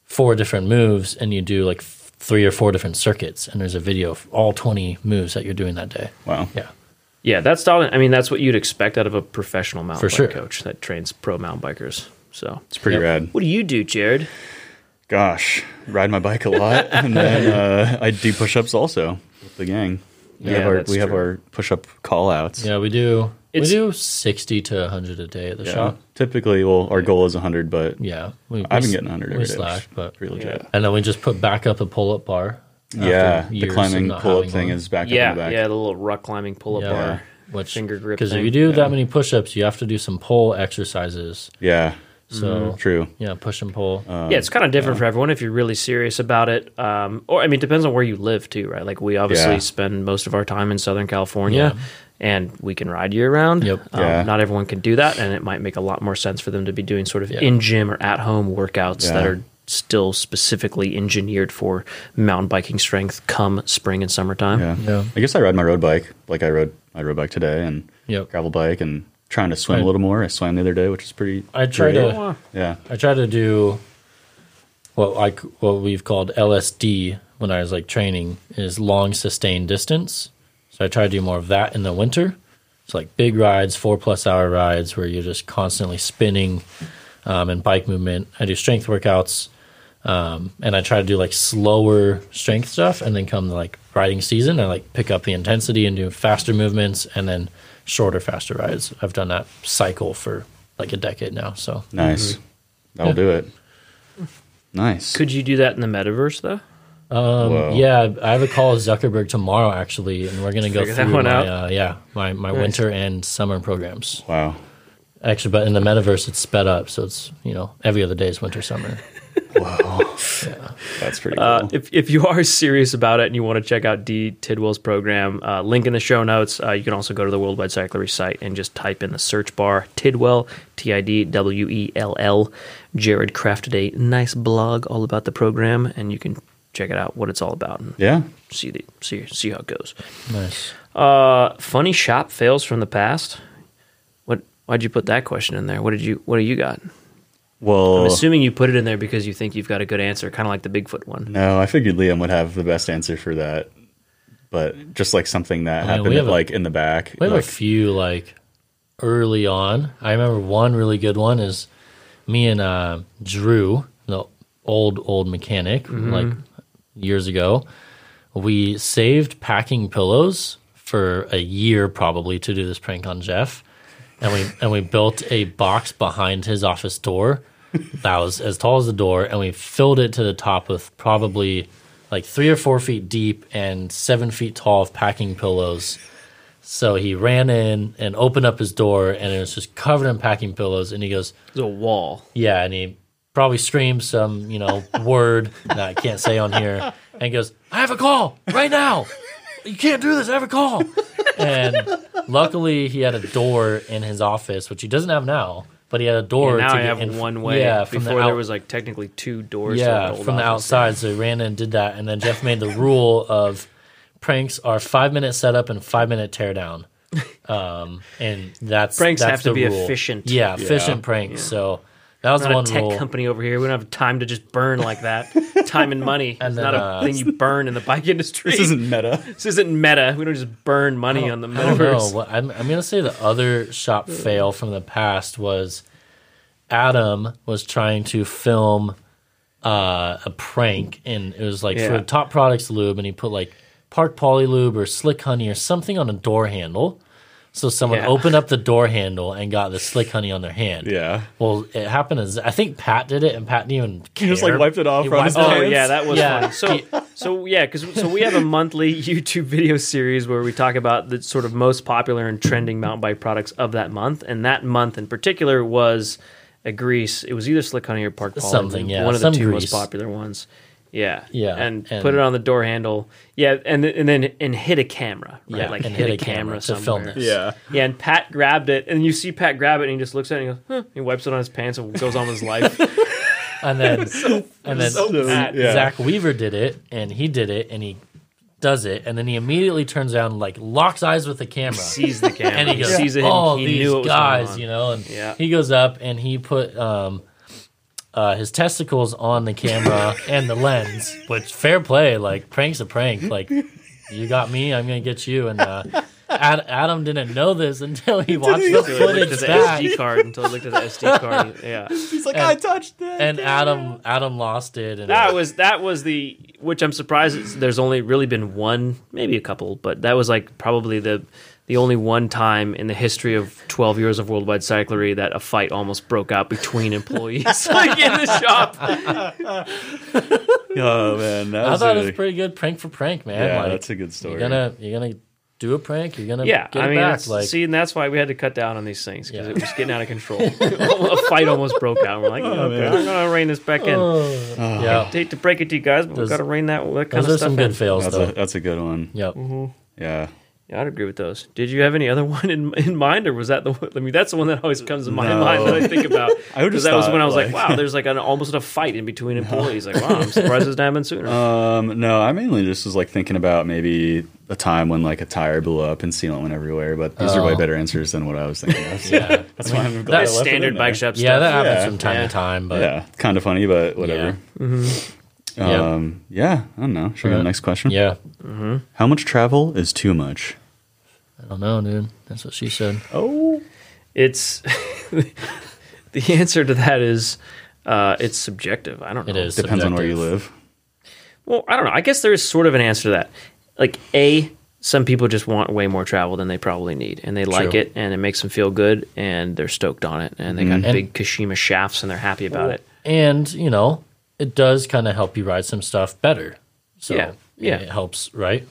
four different moves, and you do like f- three or four different circuits, and there's a video of all 20 moves that you're doing that day. Wow. Yeah. Yeah, that's not, I mean, that's what you'd expect out of a professional mountain For bike sure. coach that trains pro mountain bikers. So, It's pretty Yep. rad. what do you do, Jared? Gosh, ride my bike a *laughs* lot, and then uh, I do push-ups also with the gang. We Yeah, have our that's we have true. our push-up call-outs. Yeah, we do. It's- we do 60 to 100 a day at the Yeah. shop. Typically, well, our goal is 100, but Yeah. We, we I've s- been getting 100 We every day. slack, but. pretty legit. And then we just put back up a pull up bar. after Yeah, years the of climbing not pull-up having thing one. is back yeah, up in the back. yeah, the little rock climbing pull up Yeah. bar. Which, finger grip Because if thing. you do that many push ups, you have to do some pull exercises. Yeah, So, Mm-hmm. true. yeah, push and pull. Uh, yeah, it's kind of Um, different for everyone if you're really serious about it. Um, or I mean, it depends on where you live too, right? Like we obviously Yeah. spend most of our time in Southern California, and we can ride year round. Yep. Um, Yeah. Not everyone can do that, and it might make a lot more sense for them to be doing sort of Yeah. in gym or at home workouts that Yeah. are still specifically engineered for mountain biking strength come spring and summertime. Yeah. Yeah. I guess I ride my road bike. Like I rode my road bike today and Yep. gravel bike and trying to swim a I- little more. I swam the other day, which is pretty I try great. to. Yeah. I try to do what I c- what we've called LSD when I was like training is long sustained distance. So I try to do more of that in the winter. So like big rides, four plus hour rides where you're just constantly spinning um, and bike movement. I do strength workouts um, and I try to do like slower strength stuff. And then come like riding season, I like pick up the intensity and do faster movements and then shorter, faster rides. I've done that cycle for like a decade now. So Nice. That'll Mm-hmm. Yeah. do it. Nice. Could you do that in the metaverse though? Whoa. Um, Yeah, I have a call with Zuckerberg tomorrow actually, and we're gonna go Figure that through one my out. Uh, yeah my, my winter and summer programs. Wow. Actually, but in the metaverse, it's sped up, so it's you know every other day is winter summer. That's pretty cool. Uh, if, if you are *laughs* serious about it and you want to check out D Tidwell's program, uh, link in the show notes. Uh, you can also go to the Worldwide Cyclery site and just type in the search bar Tidwell, T I D W E L L. Jared crafted a nice blog all about the program, and you can check it out what it's all about and yeah. see the see see how it goes. nice. Uh, funny shop fails from the past. What? Why'd you put that question in there? What did you What do you got? I'm Well, assuming you put it in there because you think you've got a good answer, kind of like the Bigfoot one. no, I figured Liam would have the best answer for that. But just like something that mean, happened we have a- like in the back. We have *laughs* like, a few like early on. I remember one really good one is me and uh, Drew, the old old mechanic, like years ago. We saved packing pillows for a year probably to do this prank on Jeff, and we and we built a box behind his office door that was as tall as the door, and we filled it to the top with probably like three or four feet deep and seven feet tall of packing pillows. So he ran in and opened up his door, and it was just covered in packing pillows. And he goes, It's a wall. "Yeah," and he probably screams some, you know, word that I can't say on here, and he goes, "I have a call right now. You can't do this. I have a call." And luckily, he had a door in his office, which he doesn't have now, but he had a door. And now to I get have in- one way. Yeah, from Before the there out- was like technically two doors. to yeah, an old from the office. outside. So he ran in and did that, and then Jeff made the rule of pranks are five minute setup and five minute teardown. Um, and that's Pranks that's have to the be rule. efficient. Yeah, efficient pranks. So that was We're the one Not a tech rule. company over here. We don't have time to just burn like *laughs* that. time and money. It's then, not a uh, thing you burn in the *laughs* bike industry. this isn't meta. This isn't meta. We don't just burn money on the Oh, I don't know. metaverse. What- I'm, I'm going to say the other shop fail from the past was Adam was trying to film uh, a prank, and it was like Yeah. for Top Products lube, and he put like Park Poly lube or Slick Honey or something on a door handle. So someone Yeah. opened up the door handle and got the Slick Honey on their hand. Yeah. Well, it happened as I think Pat did it, and Pat didn't even care. just, like, wiped it off He on his wiped- Oh hands. yeah, that was Yeah. funny. So so yeah, because so we have a monthly *laughs* YouTube video series where we talk about the sort of most popular and trending mountain bike products of that month, and that month in particular was a grease. It was either Slick Honey or Park Poly, Something, yeah, one of some the two grease. most popular ones. Yeah. Yeah, And, and- put it on the door handle. Yeah. And th- and then and hit a camera. Right? Yeah, Like and hit, hit a a camera, camera to film somewhere. this. Yeah. Yeah. And Pat grabbed it, and you see Pat grab it, and he just looks at it and he goes, huh. He wipes it on his pants and goes on with his *laughs* life. and then and then bad. yeah. Zach Weaver did it, and he did it, and he does it, and then he immediately turns down, like locks eyes with the camera, sees the camera. *laughs* and he goes, sees it. "Oh, and he these knew it was guys," you know, and Yeah. he goes up and he put um, uh, his testicles on the *laughs* camera and the lens, which fair play, like prank's a prank, like you got me, I'm gonna get you, and. Uh, Ad- Adam didn't know this until he watched Until the he looked at footage the back. SD card. Until he looked at the *laughs* SD card. Yeah. He's like, And- I touched that. And Adam, Adam lost it. And That was that was the which I'm surprised it's, there's only really been one, maybe a couple, but that was like probably the the only one time in the history of 12 years of worldwide cyclery that a fight almost broke out between employees *laughs* like in the shop. oh man, that I was thought it really- was pretty good prank for prank, man. Yeah, like, that's a good story. You're gonna you're gonna do a prank. You're gonna Yeah, get I it mean, back. it's- Like see, and that's why we had to cut down on these things because Yeah. it was getting out of control. *laughs* a fight almost broke out. We're Oh, like, okay, man. I'm gonna rein this back in. yeah, hate to break it to you guys, but we've Those- got to rein that, that kind those of stuff are some in. good fails that's though. a that's a good one. *laughs* Yep. Yeah. Yeah, I'd agree with those. Did you have any other *laughs* one in in mind, or was that the? one I mean, that's the one that always comes to my No. mind that I think *laughs* about. I would've 'Cause that was thought, when I was like, like- wow, there's like an almost a fight in between employees. Like, wow, I'm surprised this didn't *laughs* happen sooner. Um, no, I mainly just was like thinking about maybe a time when like a tire blew up and sealant went everywhere, but these are way Oh. better answers than what I was thinking *laughs* of. So Yeah, That's why I'm glad I That's left it in Standard there. bike shop yeah, stuff. that happens Yeah. from time Yeah. to time, but Yeah, kind of funny, but whatever. Yeah. Um, yeah, I don't know. Should we go to the next question? yeah. How much travel is too much? I don't know, dude. That's what she said. Oh, It's *laughs* the answer to that is uh, it's subjective. I don't know. It is depends on where you subjective. live. Well, I don't know. I guess there is sort of an answer to that. Like a, some people just want way more travel than they probably need, and they like True. it, and it makes them feel good, and they're stoked on it, and they got Mm-hmm. big And- Kashima shafts, and they're happy about it. And you know, it does kind of help you ride some stuff better. So Yeah, yeah. it helps, right?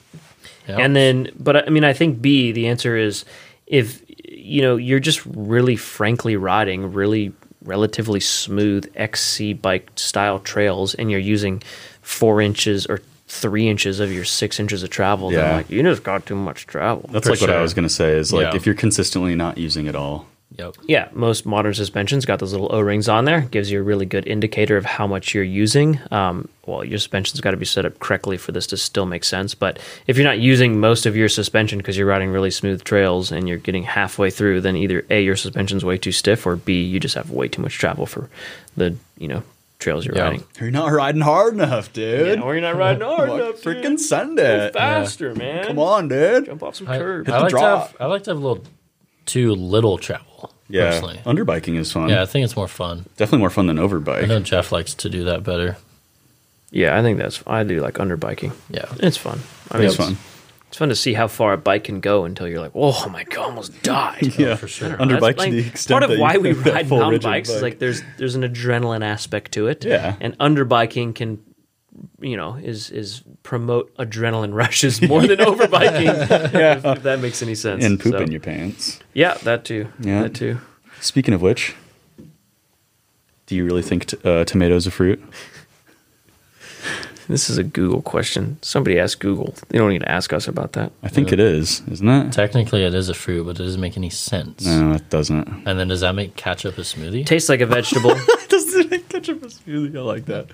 Yeah. And then, but I mean, I think B, the answer is if you know you're just really frankly riding really relatively smooth XC bike style trails, and you're using four inches or three inches of your six inches of travel, then Yeah. like you just got too much travel. That's For like what I sure. was gonna say. Is like Yeah. if you're consistently not using it all. yep. Yeah, most modern suspensions got those little O-rings on there. Gives you a really good indicator of how much you're using. Um, well, your suspension's got to be set up correctly for this to still make sense. But if you're not using most of your suspension because you're riding really smooth trails and you're getting halfway through, then either A, your suspension's way too stiff, or B, you just have way too much travel for the you know trails you're Yeah. riding. You're not riding hard enough, dude. or you're not riding hard Like, enough. dude. freaking send it. faster, man. Come on, dude. jump off some I, curb. I the like to draw. have I like to have a little too little travel. Yeah, Um, Personally. underbiking is fun. Yeah, I think it's more fun. Definitely more fun than I overbike. know Jeff likes to do that better. Yeah, I think that's. I do like underbiking. Yeah. It's fun. I It's fun. It's fun to see how far a bike can go until you're like, oh my god, I almost died. *laughs* Yeah, Oh, for sure. Underbike That's to like- the extent part of that why you we have *laughs* that ride full mountain rigid bikes is bike. like there's there's an adrenaline aspect to it. Yeah. and underbiking can, you know, is is promote adrenaline rushes more *laughs* than overbiking. yeah, if, if that makes any sense. and poop So- in your pants. yeah, that too. Yeah. that too. Speaking of which, do you really think t- uh, tomatoes are fruit? This is a Google question. Somebody asked Google. They don't need to ask us *laughs* about that. I think it is, isn't it? Technically, it is a fruit, but it doesn't make any sense. No, it *laughs* doesn't. And then does that make ketchup a smoothie? Tastes like a vegetable. *laughs* doesn't ketchup is smoothie. I like that.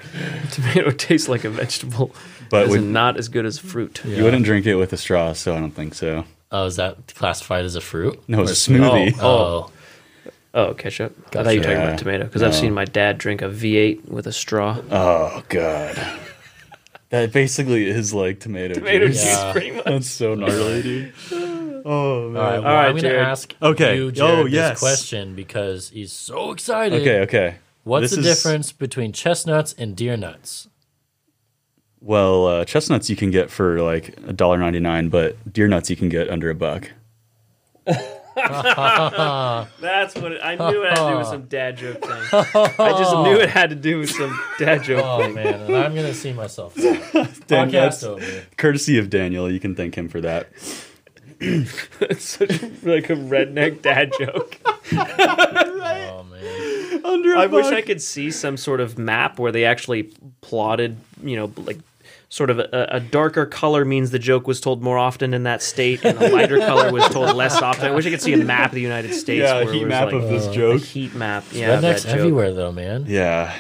tomato tastes like a vegetable, But but would- not as good as fruit. You wouldn't drink it with a straw, so I don't think so. oh, is that classified as a fruit? No, it's a smoothie. Oh. Oh, Oh, ketchup. I thought you were talking Yeah. about tomato because I've No. seen my dad drink a V8 with a straw. Oh, *laughs* god, that basically is like tomato, juice. juice. pretty much. That's so gnarly, *laughs* dude. Oh man. all right. Well, right, I'm going to Jared. ask Okay. you, Oh, Jared, this yes. question because he's so excited. Okay, okay. What's This the is- difference between chestnuts and deer nuts? Well, uh, chestnuts you can get for like a dollar ninety nine, but deer nuts you can get under a buck. That's what it, I knew it had to do with some dad joke thing. I just knew it had to do with some *laughs* dad joke. Oh, man. And I'm going to see myself. Dan, Podcast that's *laughs* over. courtesy of Daniel. You can thank him for that. It's such a, like a redneck dad *laughs* joke. Oh, man. Under a I wish I could see some sort of map where they actually plotted you know, like sort of a, a darker color means the joke was told more often in that state, and a lighter color was told less often. I wish I could see a map of the United States. Yeah, a where it heat was map like, of this a joke. heat map. Yeah, of that Rednecks joke. everywhere though, man. Yeah.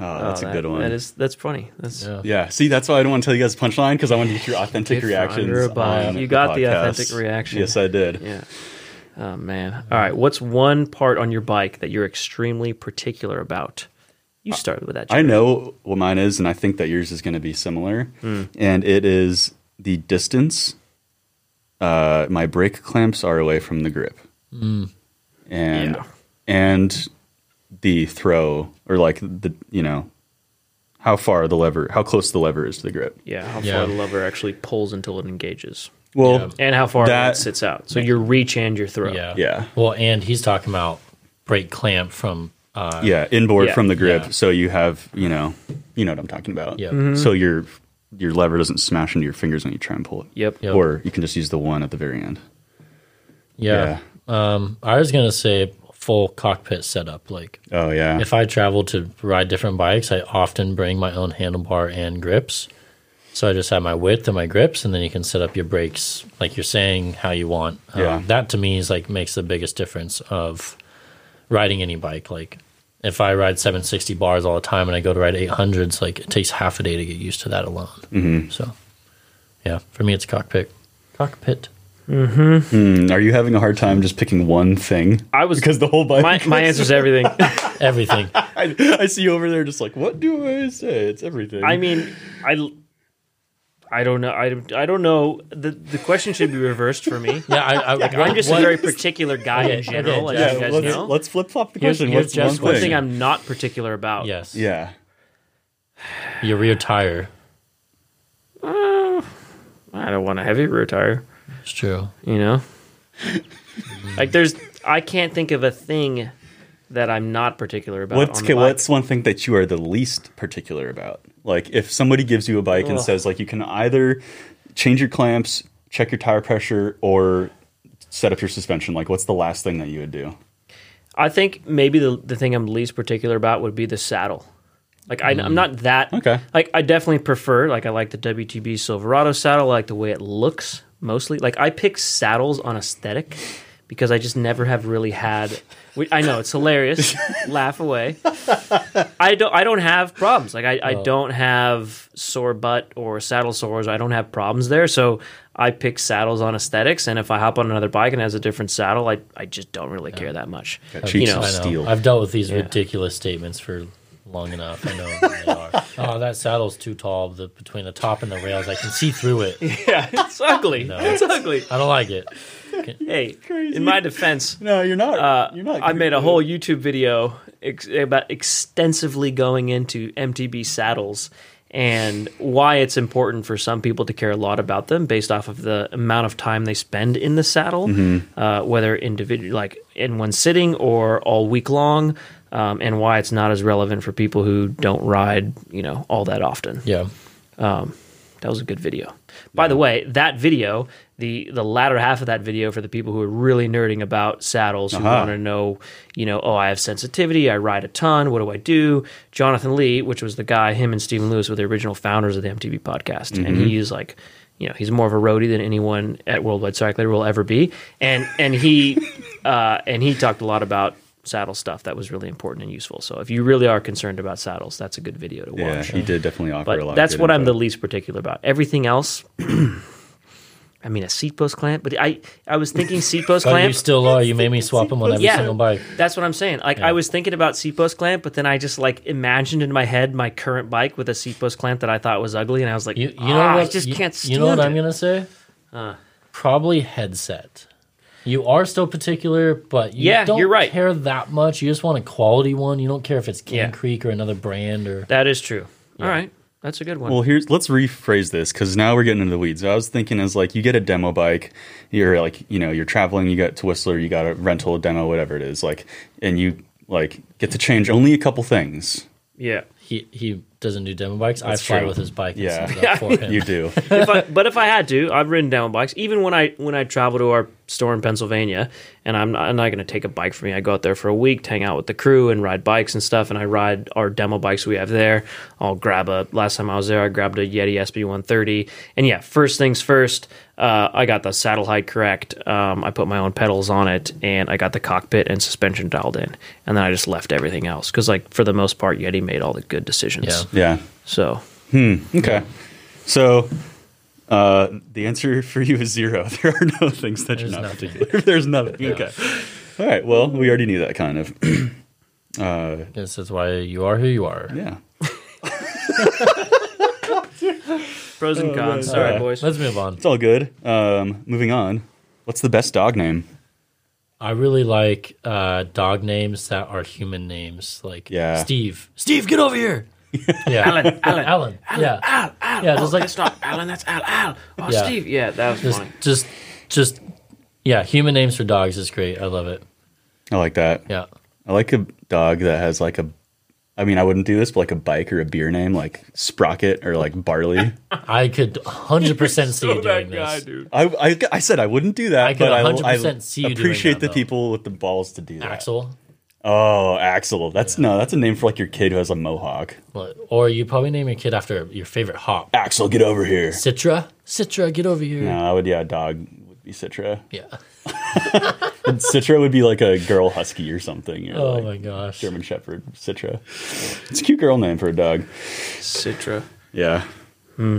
Oh, Oh, that's a that- good one. That is that's funny. That's Yeah. yeah. See, that's why I don't want to tell you guys the punchline because I want to get your authentic Get Fran reactions. under a bun. on You got the podcast. authentic reaction. Yes, I did. yeah. Oh man. All right. What's one part on your bike that you're extremely particular about? You started with that. Uh, I Jared. know what mine is, and I think that yours is going to be similar. And it is the distance uh, my brake clamps are away from the grip, and Yeah. and the throw or like the you know how far the lever, how close the lever is to the grip. Yeah. How Yeah. far the lever actually pulls until it engages, Well, Yeah. and how far That- it sits out. So your reach and your throw. Yeah. Yeah. Well, and he's talking about brake clamp from uh yeah inboard Yeah. from the grip Yeah. so you have you know you know what i'm talking about Yep. so your your lever doesn't smash into your fingers when you try and pull it Yep. Yep. or you can just use the one at the very end yeah. Um I was going to say full cockpit setup like Yeah. oh yeah if I travel to ride different bikes, I often bring my own handlebar and grips. So I just have my width and my grips, and then you can set up your brakes like you're saying how you want. Um, Yeah. that to me is like makes the biggest difference of riding any bike. Like if I ride 760 bars all the time and I go to ride 800s, like it takes half a day to get used to that alone. Mm-hmm. So yeah, for me it's cockpit. Cockpit. Mm, are you having a hard time just picking one thing I was because *laughs* the whole bike my my *laughs* answer's everything. Everything. I, I see you over there just like what do i say it's everything I mean, I I don't know. I, don't- I don't know. The the question should be reversed for me. *laughs* Yeah, I, I, like, I'm just what- a very particular guy Okay, in general, okay, as yeah, you guys let's, know. let's flip-flop the Here's- question here's what's just one one thing, thing I'm not particular about. yes. yeah Your rear tire. I don't want a heavy rear tire. It's true. *laughs* You know, like there's I can't think of a thing that I'm not particular about. What's on the bike. what's one thing that you are the least particular about? Like if somebody gives you a bike and Ugh. says like you can either change your clamps, check your tire pressure, or set up your suspension, like what's the last thing that you would do? I think maybe the the thing I'm least particular about would be the saddle. Like I, I'm not that Mm. Okay. Like I definitely prefer. Like I like the WTB Silverado saddle. I like the way it looks mostly. Like I pick saddles on aesthetic because I just never have really had. we- I know it's *laughs* hilarious. Laugh away. I don't. I don't have problems. Like I, I don't have sore butt or saddle sores. I don't have problems there. So I pick saddles on aesthetics. And if I hop on another bike and it has a different saddle, I I just don't really care that much. cheeks know. of I I know. steel. I've dealt with these ridiculous statements for long enough. I know what they are. *laughs* Oh, that saddle's too tall. The, between the top and the rails, I can see through it. Yeah, *laughs* it's ugly. It's ugly. I don't like it. Hey, in my defense, No, you're not. uh, you're not. I made a whole YouTube video ex- about extensively going into MTB saddles and why it's important for some people to care a lot about them based off of the amount of time they spend in the saddle, Mm-hmm. uh, whether individual like in one sitting or all week long, um, and why it's not as relevant for people who don't ride, you know, all that often. Yeah. That was a good video. By the way, that video, the the latter half of that video for the people who are really nerding about saddles, who Uh-huh. want to know, you know, oh, I have sensitivity, I ride a ton, what do I do? Jonathan Lee, which was the guy, him and Stephen Lewis were the original founders of the MTV podcast, and Mm-hmm. he's like, you know, he's more of a roadie than anyone at Worldwide Cycler will ever be, and and he *laughs* uh, and he talked a lot about saddle stuff that was really important and useful. So if you really are concerned about saddles, that's a good video to watch Yeah, he did definitely offer a lot. but of that's good what I'm info. the least particular about. Everything else, *clears throat* I mean, a seat post clamp. But I, I was thinking seat *laughs* post But you clamp. still are. You made me swap them on every Yeah. single bike. That's what I'm saying. Like I was thinking about seat post clamp, but then I just like imagined in my head my current bike with a seat post clamp that I thought was ugly, and I was like, You, you know "Ah, what? I just you, can't stand You know what it. Uh. I'm gonna say? Probably headset. You are still particular, but you Yeah, don't you're right. care that much. You just want a quality one. You don't care if it's Can Yeah. Creek or another brand or That is true. All right, that's a good one. Well, here's let's rephrase this because now we're getting into the weeds. I was thinking as like you get a demo bike, you're like you know you're traveling, you got to Whistler, you got a rental, demo, whatever it is, like, and you like get to change only a couple things. yeah, he he doesn't do demo bikes. That's I fly true. with his bike. and Yeah. send it out *laughs* for him. You *laughs* do. if I, but if I had to, I've ridden down bikes. Even when I when I travel to our store in Pennsylvania, and I'm not, I'm not going to take a bike from me. I go out there for a week, hang out with the crew, and ride bikes and stuff. And I ride our demo bikes we have there. I'll grab a. Last time I was there, I grabbed a Yeti SB 130. And yeah, first things first. Uh, I got the saddle height correct. Um, I put my own pedals on it, and I got the cockpit and suspension dialed in. And then I just left everything else because, like, for the most part, Yeti made all the good decisions. Yeah. Yeah. So Okay. So uh, the answer for you is zero. *laughs* There are no things that There's you're not nothing. particular. There's nothing. Okay. All right. Well, we already knew that kind of. *clears throat* This is why you are who you are. Yeah. pros and cons. All Sorry, right. boys. Let's move on. It's all good. Um, moving on. What's the best dog name? I really like uh, dog names that are human names, like Yeah. Steve. Steve, get over here. *laughs* Yeah, Alan. Alan. Alan. Yeah. Al, Al. Yeah, just like- that's not Alan. That's Al. Al. Oh, Yeah. Steve. Yeah, that was Just, funny. just, just, yeah. Human names for dogs is great. I love it. I like that. Yeah. I like a dog that has like a. I mean, I wouldn't do this, but like a bike or a beer name, like Sprocket or like Barley. *laughs* I could 100% see you doing this. Oh, dude. I, I, I said I wouldn't do that, I could but I, 100% I see you doing appreciate that, the though. people with the balls to do that. Axel. Oh, Axel. That's no, that's a name for like your kid who has a mohawk. Well, Or you probably name your kid after your favorite hop. Axel, get over here. Citra. Citra, get over here. No, I would. Yeah, dog would be *laughs* Citra. Yeah. And Citra would be like a girl husky or something. Or Oh like my gosh. German Shepherd. Citra. It's a cute girl name for a dog. Citra. Yeah. Hmm.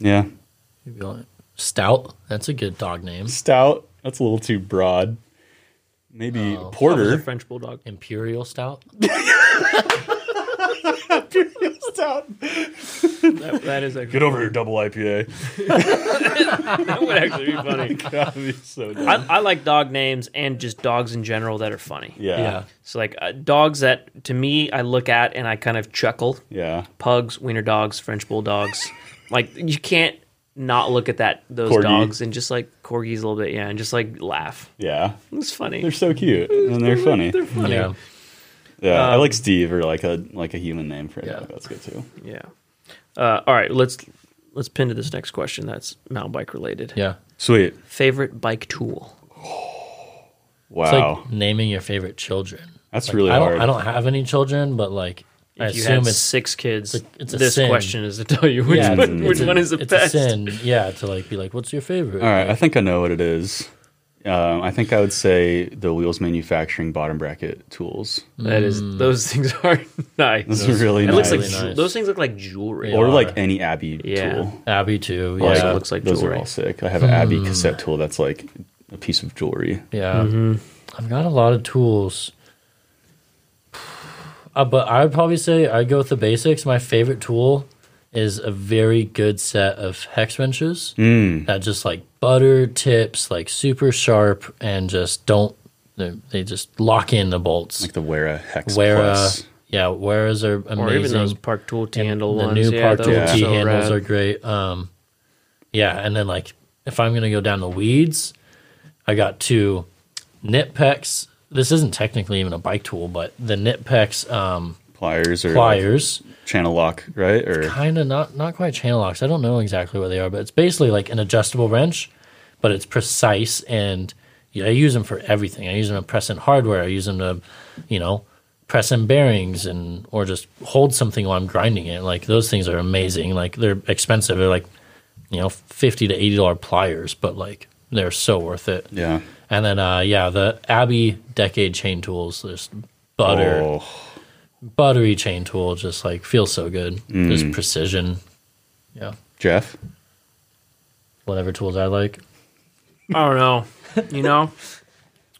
Yeah. You'd be like, Stout. That's a good dog name. Stout. That's a little too broad. Maybe The Porter. French bulldog. Imperial Stout. Stout. That, that is actually. Get over here, double IPA. *laughs* that would actually be funny. *laughs* That'd be so dumb. I, I like dog names and just dogs in general that are funny. Yeah. Yeah. Yeah. So like uh, dogs that to me I look at and I kind of chuckle. Pugs, wiener dogs, French bulldogs. like you can't not look at that those Corgi. dogs and just like corgis a little bit, yeah, and just like laugh. Yeah. It's funny. They're so cute and they're funny. They're funny. Yeah. Yeah, I like Steve or like a like a human name for a Yeah. dog. That's good too. Yeah. Uh, all right, let's let's pin to this next question that's mountain bike related. Yeah. Sweet. Favorite bike tool. It's Wow. like naming your favorite children. That's Like, really I don't, hard. I don't have any children, but like, I If you assume had it's six kids, it's a- it's a this sin. question is to tell you which Yeah, one, *laughs* it's- which one is the it's best. a sin. Yeah, to like be like, what's your favorite? All right, I think I know what it is. Um, I think I would say the wheels manufacturing bottom bracket tools, That is, Mm. those things *laughs* are nice. Those are really it looks like nice. ju- nice. those things look like jewelry. They or like are. any Abbey Yeah. tool. Abby too. Yeah. Like, Also looks like those jewelry. are all sick. I have an Abbey cassette tool that's like a piece of jewelry. Yeah. Mm-hmm. I've got a lot of tools. *sighs* Uh, but I would probably say I go with the basics. My favorite tool is a very good set of hex wrenches Mm. that just like butter tips, like super sharp, and just don't, they they just lock in the bolts. Like the Wera Hex Where, uh, Plus. yeah, whereas are amazing. or even those Park Tool T And handle the ones. new yeah, Park those Tool are T so handles rad. are great. Um, yeah, and then like if I'm gonna go down the weeds, I got two nit pecs. This isn't technically even a bike tool, but the nit pecs um, Pliers or pliers, like channel lock, right? Or kind of not not quite channel locks. I don't know exactly what they are, but it's basically like an adjustable wrench, but it's precise and yeah, I use them for everything. I use them to press in hardware. I use them to, you know, press in bearings and or just hold something while I'm grinding it. Like those things are amazing. Like they're expensive. They're like, you know, fifty to eighty dollar pliers, but like they're so worth it. yeah. And then uh yeah, the Abbey Decade chain tools. There's butter Oh, buttery chain tool just like feels so good. Just Mm. precision. Yeah. Jeff. Whatever tools I like. I don't know. You know,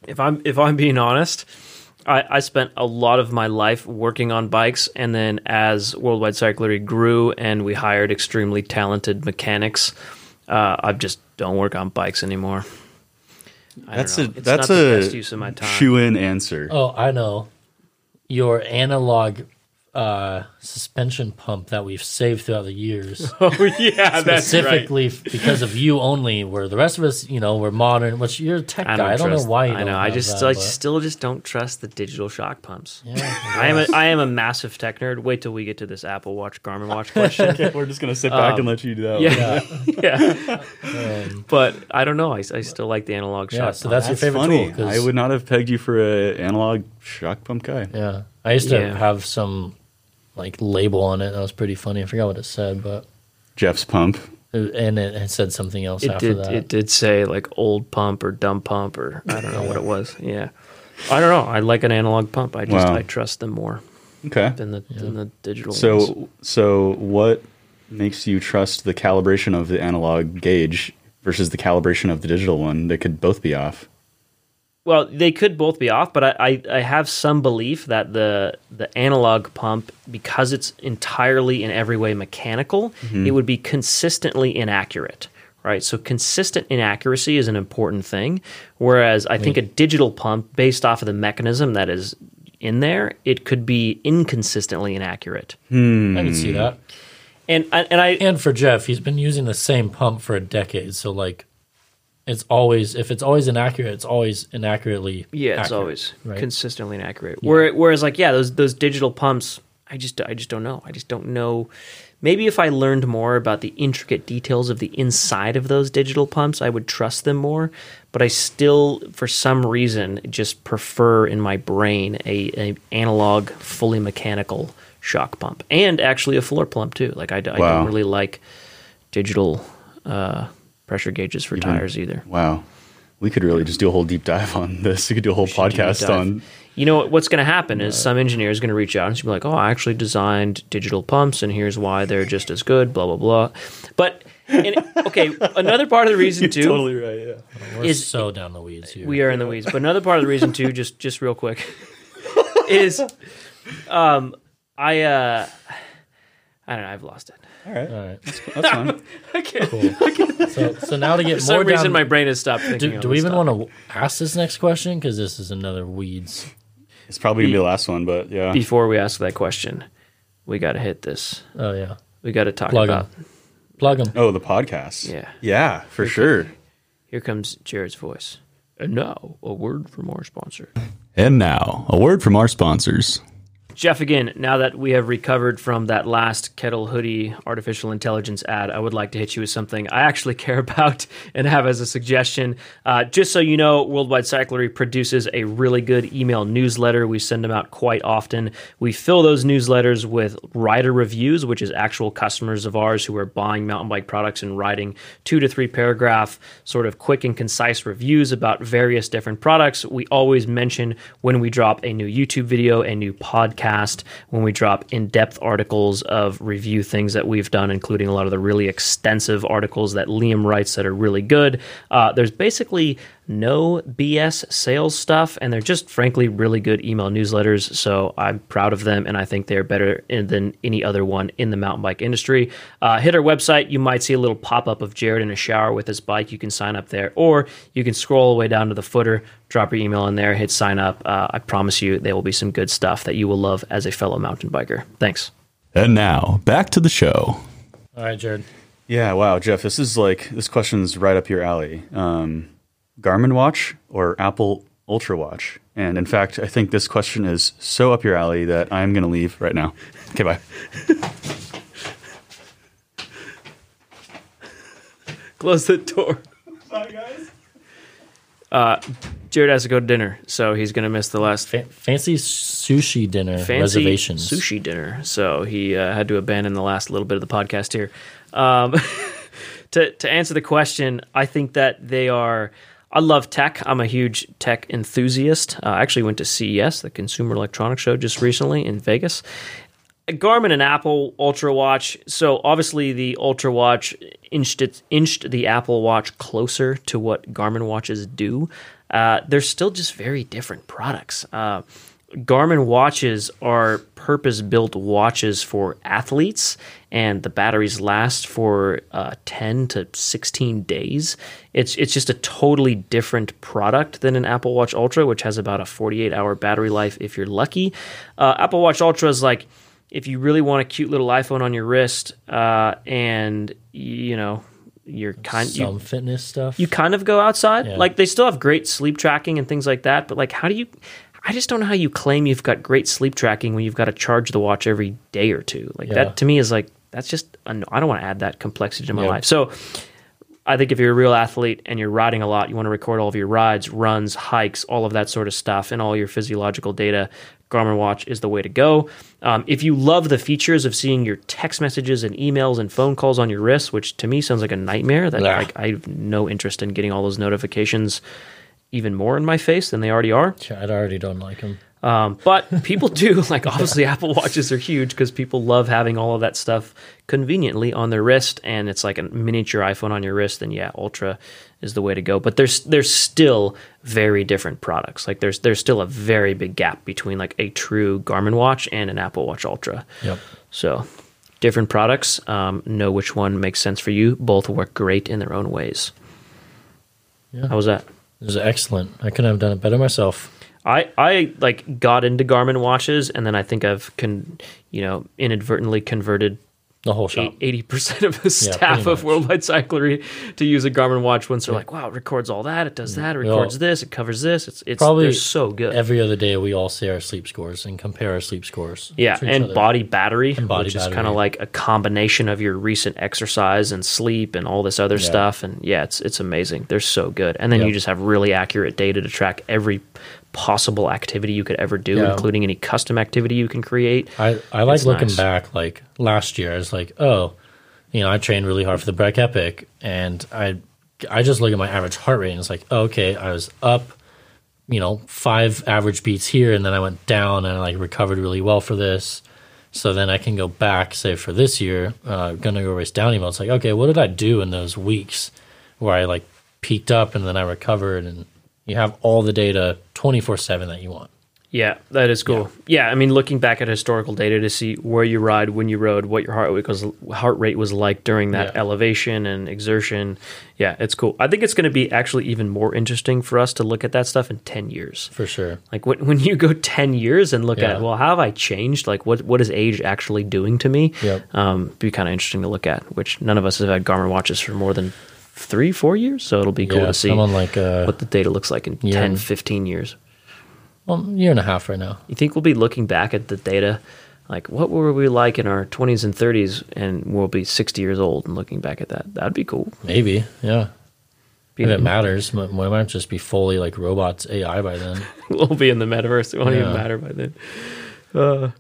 if I'm if I'm being honest, I, I spent a lot of my life working on bikes, and then as Worldwide Cyclery grew and we hired extremely talented mechanics, uh, I just don't work on bikes anymore. I That's a don't know. It's that's not the a *laughs* best use of my time. shoe in answer. Oh, I know. Your analog uh, suspension pump that we've saved throughout *laughs* the years, *laughs* Oh yeah, that's right. specifically f- because of you only. Where the rest of us, you know, we're modern. Which you're a tech I don't, guy. I don't trust, know why. You I don't know. I have just that, I but- still just don't trust the digital shock pumps. Yeah. I am a, I am a massive tech nerd. Wait till we get to this Apple Watch Garmin *laughs* watch question. We're just gonna sit back and let you do that. Oh, one. yeah, *laughs* yeah. *laughs* um, but I don't know. I, I still like the analog Yeah, shock. so pump. that's your favorite funny. tool. 'cause- I would not have pegged you for an analog shock pump guy. Yeah, I used to Yeah. have some like label on it. That was pretty funny. I forgot what it said, but Jeff's pump. it- and it, it said something else it after did that. it did say like old pump or dumb pump or I don't know what it was. Yeah, I don't know. I like an analog pump. I just Wow. I trust them more Okay. than the than the digital. ones. So so what makes you trust the calibration of the analog gauge versus the calibration of the digital one? They could both be off. Well, they could both be off, but I, I, I have some belief that the the analog pump, because it's entirely in every way mechanical, it would be consistently inaccurate. Right. So consistent inaccuracy is an important thing. Whereas I think a digital pump, based off of the mechanism that is in there, it could be inconsistently inaccurate. I can Hmm. see that. And I- and I And for Jeff, he's been using the same pump for a decade, so like, it's always if it's always inaccurate, it's always inaccurately. Yeah, it's accurate, always right? consistently inaccurate. Where, whereas, like, yeah, those those digital pumps, I just I just don't know. I just don't know. Maybe if I learned more about the intricate details of the inside of those digital pumps, I would trust them more. But I still, for some reason, just prefer in my brain a, a analog, fully mechanical shock pump, and actually a floor pump too. Like I, d- I Wow. don't really like digital uh, pressure gauges for tires either. Wow. We could really just do a whole deep dive on this. We could do a whole podcast deep dive. on You know what- what's going to happen is some engineer is going to reach out and she'll be like, "Oh, I actually designed digital pumps, and here's why they're just as good." Blah blah blah. But and, *laughs* okay, another part of the *laughs* reason too right, yeah. We're is- so down the weeds here. we are in the weeds. But another part of the reason too, just just real quick, *laughs* is um I uh I don't know, I've lost it. *laughs* All right. That's fine. So, so now to *laughs* For get more some reason, down. my brain has stopped thinking. do, on do we this even stuff. want to ask this next question? Because this is another weeds. *laughs* It's probably gonna be the last one, but yeah. before we ask that question? We got to hit this. Oh yeah, We got to talk plug about. them, plug them. Oh, the podcast. Yeah. Yeah, for sure. Here comes Jared's voice. And now, a word from our sponsor. And now, a word from our sponsors. Jeff, again, now that we have recovered from that last Kettle Hoodie artificial intelligence ad, I would like to hit you with something I actually *laughs* care about and have as a suggestion. Uh, just so you know, Worldwide Cyclery produces a really good email newsletter. We send them out quite often. We fill those newsletters with rider reviews, which is actual customers of ours who are buying mountain bike products and writing two to three paragraph, sort of quick and concise reviews about various different products. We always mention when we drop a new YouTube video, a new podcast, when we drop in depth articles of review things that we've done, including a lot of the really extensive articles that Liam writes that are really good. Uh, there's basically no BS sales stuff, and they're just frankly really good email newsletters. So I'm proud of them, and I think they're better in- than any other one in the mountain bike industry. Uh, hit our website, you might see a little pop up of Jared in a shower with his bike. You can sign up there, or you can scroll all the way down to the footer, drop your email in there, hit sign up. Uh, I promise you, there will be some good stuff that you will love as a fellow mountain biker. Thanks. And now, back to the show. All right, Jared. Yeah, wow, Jeff, this is like this question's right up your alley. Um, Garmin watch or Apple Ultra watch? And in fact, I think this question is so up your alley that I'm going to leave right now. *laughs* Okay, bye. Close the door. Bye, guys. Uh, Jared has to go to dinner, so he's going to miss the last Fa- fancy sushi dinner fancy reservations. sushi dinner. So he uh, had to abandon the last little bit of the podcast here. Um, *laughs* to to answer the question, I think that they are. I love tech. I'm a huge tech enthusiast. Uh, I actually went to CES, the Consumer Electronics Show, just recently in Vegas. Garmin and Apple Ultra Watch. So obviously, the Ultra Watch inched it, inched the Apple Watch closer to what Garmin watches do. Uh, they're still just very different products. Uh, Garmin watches are purpose built watches for athletes, and the batteries last for uh, 10 to 16 days. It's, it's just a totally different product than an Apple Watch Ultra, which has about a 48 hour battery life if you're lucky. Uh, Apple Watch Ultra is like, if you really want a cute little iPhone on your wrist, uh, and you know you're kind Some you, fitness stuff. you kind of go outside. Yeah. Like they still have great sleep tracking and things like that, but like how do you? I just don't know how you claim you've got great sleep tracking when you've got to charge the watch every day or two. Like Yeah. that to me is like that's just an- I don't want to add that complexity to my Yeah. life. So I think if you're a real athlete and you're riding a lot, you want to record all of your rides, runs, hikes, all of that sort of stuff, and all your physiological data. Garmin Watch is the way to go. Um, if you love the features of seeing your text messages and emails and phone calls on your wrist, which to me sounds like a nightmare, that Yeah. like I have no interest in getting all those notifications even more in my face than they already are. I already don't like them. Um, but people do *laughs* like obviously Apple watches are huge because people love having all of that stuff conveniently on their wrist, and it's like a miniature iPhone on your wrist. Then yeah, Ultra is the way to go. But there's there's still very different products. Like there's there's still a very big gap between like a true Garmin watch and an Apple Watch Ultra. Yep. So different products. Um, know which one makes sense for you. Both work great in their own ways. Yeah. How was that? It was excellent. I couldn't have done it better myself. I, I like got into Garmin watches and then I think I've con you know inadvertently converted The whole shop. eighty percent of the Yeah, staff pretty of much. Worldwide Cyclery to use a Garmin watch once they're like, wow, it records all that, it does that, it We all- records this, it covers this. It's it's Probably they're so good. Every other day, we all see our sleep scores and compare our sleep scores. yeah, to each and other. body battery, body which is battery. kind of like a combination of your recent exercise and sleep and all this other stuff. And yeah, it's it's amazing. They're so good. And then Yep. you just have really accurate data to track every possible activity you could ever do, Yeah. including any custom activity you can create. I, I like It's looking nice. back. Like last year, I was like, oh, you know, I trained really hard for the Breck Epic, and I I just look at my average heart rate, and it's like, oh, okay, I was up, you know, five average beats here, and then I went down, and I like recovered really well for this. So then I can go back, say for this year, uh, gonna go race down email. It's like, okay, what did I do in those weeks where I like peaked up and then I recovered, and you have all the data twenty four seven that you want. Yeah, that is cool. Yeah. I mean, looking back at historical data to see where you ride, when you rode, what your heart rate was, heart rate was like during that Yeah. elevation and exertion. Yeah, it's cool. I think it's going to be actually even more interesting for us to look at that stuff in ten years. For sure. Like when, when you go *laughs* ten years and look Yeah. at well, how have I changed? Like what what is age actually doing to me? Yep. Um, be kind of interesting to look at. Which none of us have had Garmin watches for more than three, four years, so it'll be cool Yeah, to see I'm on, like, uh, what the data looks like in year ten, fifteen 10, 15 and- years. Well, year and a half right now. You think we'll be looking back at the data, like what were we like in our 20s and 30s, and we'll be 60 years old and looking back at that? That'd be cool. *laughs* Maybe, yeah. Be if it in- matters, m- we might just be fully like robots AI by then. we'll be in the metaverse. It won't even Yeah. matter by then. Uh, all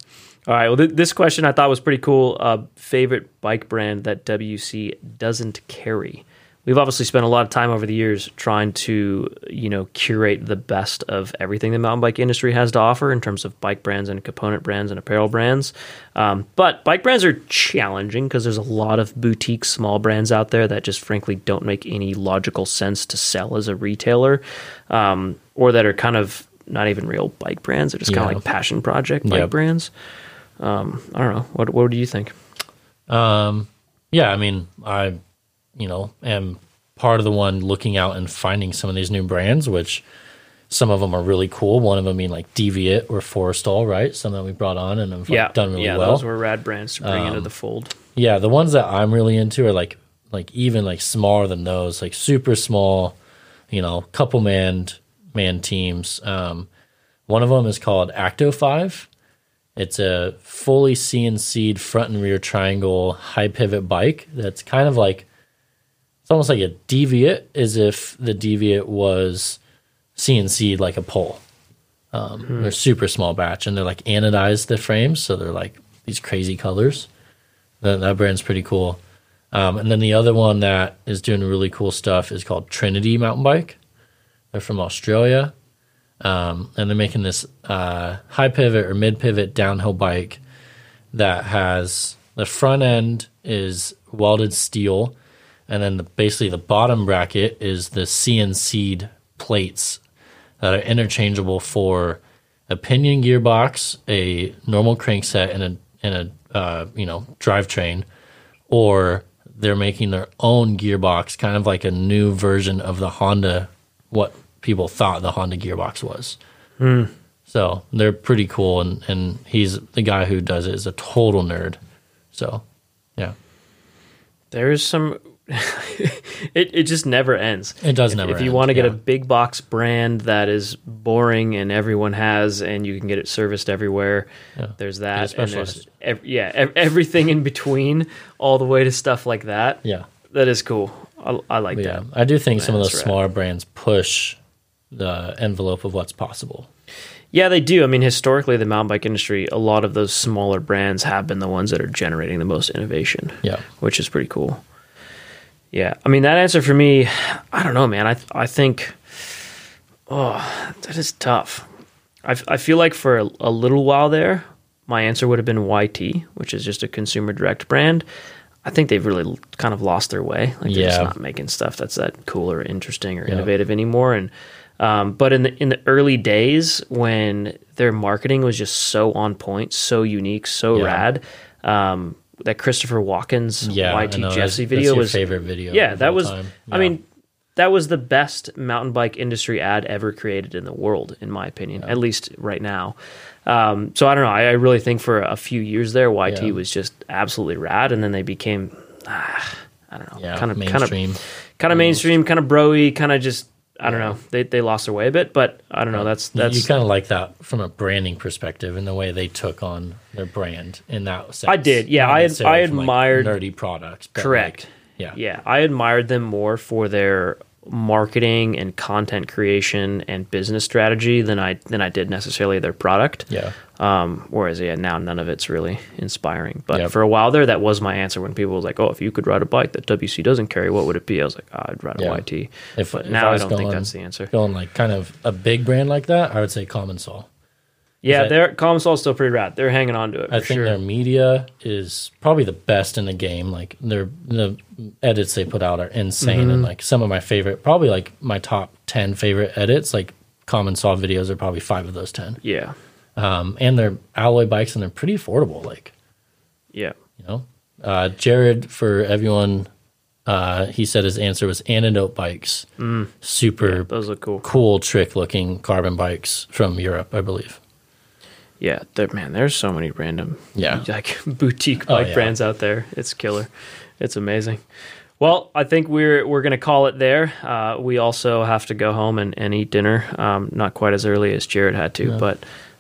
right. Well, th- this question I thought was pretty cool. Uh, favorite bike brand that WC doesn't carry. We've obviously spent a lot of time over the years trying to, you know, curate the best of everything the mountain bike industry has to offer in terms of bike brands and component brands and apparel brands. Um, but bike brands are challenging because there's a lot of boutique small brands out there that just frankly don't make any logical sense to sell as a retailer, um, or that are kind of not even real bike brands. They're just kind of Yeah. like passion project bike Yep. brands. Um, I don't know. What what do you think? Um, yeah, I mean, I, you know, am part of the one looking out and finding some of these new brands, which some of them are really cool. One of them being like Deviate or Forestall, right? Some that we brought on and have like, done really yeah, well. Um, those were rad brands to bring into the fold. Yeah, the ones that I'm really into are like like even like smaller than those, like super small, you know, couple man man teams. Um, one of them is called Acto Five. It's a fully CNC'd front and rear triangle high pivot bike that's kind of like it's almost like a deviate, as if the deviate was CNC'd like a pole. Um, They're super small batch, and they're like anodized the frames, so they're like these crazy colors. That, that brand's pretty cool. Um, and then the other one that is doing really cool stuff is called Trinity Mountain Bike. They're from Australia. Um, and they're making this uh, high pivot or mid pivot downhill bike that has the front end is welded steel. And then the, basically the bottom bracket is the CNC'd plates that are interchangeable for a pinion gearbox, a normal crankset, and a and a uh, you know drivetrain, or they're making their own gearbox, kind of like a new Hmm. version of the Honda, what people thought the Honda gearbox was. So they're pretty cool, and and he's the guy who does it is a total nerd. So, yeah, There's some. *laughs* it it just never ends. It does If- never If you end, want to get a yeah. big box brand that is boring and everyone has, and you can get it serviced everywhere, there's that. it's and there's specialized. ev- yeah, ev- everything in between, all the way to stuff like that. yeah, that is cool. I, I like yeah. that. I do think some of that's those rad. smaller brands push the envelope of what's possible. Yeah, they do. I mean, historically, the mountain bike industry, a lot of those smaller brands have been the ones that are generating the most innovation. Yeah. which is pretty cool. Yeah, I mean that answer for me, I don't know, man. I I think, oh, that is tough. I f- I feel like for a, a little while there, my answer would have been YT, which is just a consumer direct brand. I think they've really l- kind of lost their way. Like they're just Yeah. not making stuff that's that cool or interesting or innovative anymore. And um, but in the in the early days when their marketing was just so on point, so unique, so Yeah. rad. Um, that Christopher Walken's Yeah, I YT know. That's- Jesse that's video your was favorite video. Yeah, of that all was. time. I Yeah. mean, that was the best mountain bike industry ad ever created in the world, in my opinion, at least right now. Um, so I don't know. I, I really think for a few years there, YT Yeah. was just absolutely rad, and then they became, ah, I don't know, yeah, kind of kind of mainstream. kind of mainstream, kind of broy, kind of just. I don't know. They they lost their way a bit, but I don't know. That's that's you kind of like that from a branding perspective and the way they took on their brand in that sense. I did, yeah, Not I- necessarily I from, like, admired- nerdy products. but, Correct. like, yeah. Yeah. I admired them more for their marketing and content creation and business strategy than I than I did necessarily their product. Yeah. Um, whereas yeah, now none of it's really inspiring. But Yep. for a while there, that was my answer when people was like, "Oh, if you could ride a bike that WC doesn't carry, what would it be?" I was like, "Ah, "I'd ride a Yeah. YT." If, but if now I, was don't think going- that's the answer. Going like kind of a big brand like that, I would say Common Sol. Yeah, that- their Calm Sol's still pretty rad. They're hanging on to it. For I think sure. their media is probably the best in the game. Like their the edits they put out are insane, Mm-hmm. and like some of my favorite, probably like my top ten favorite edits. Like Common Sol videos are probably five of those ten. yeah. Um, and they're alloy bikes, and they're pretty affordable. Like Yeah. you know, uh, Jared for everyone. Uh, he said his answer was antidote bikes, Mm. super Those look cool. cool trick looking carbon bikes from Europe, I believe. Yeah, there, man, there's so many random Yeah. like *laughs* boutique Oh, bike yeah. brands out there. It's killer. It's amazing. Well, I think we're we're gonna call it there. Uh, we also have to go home and, and eat dinner. Um, not quite as early as Jared had to, but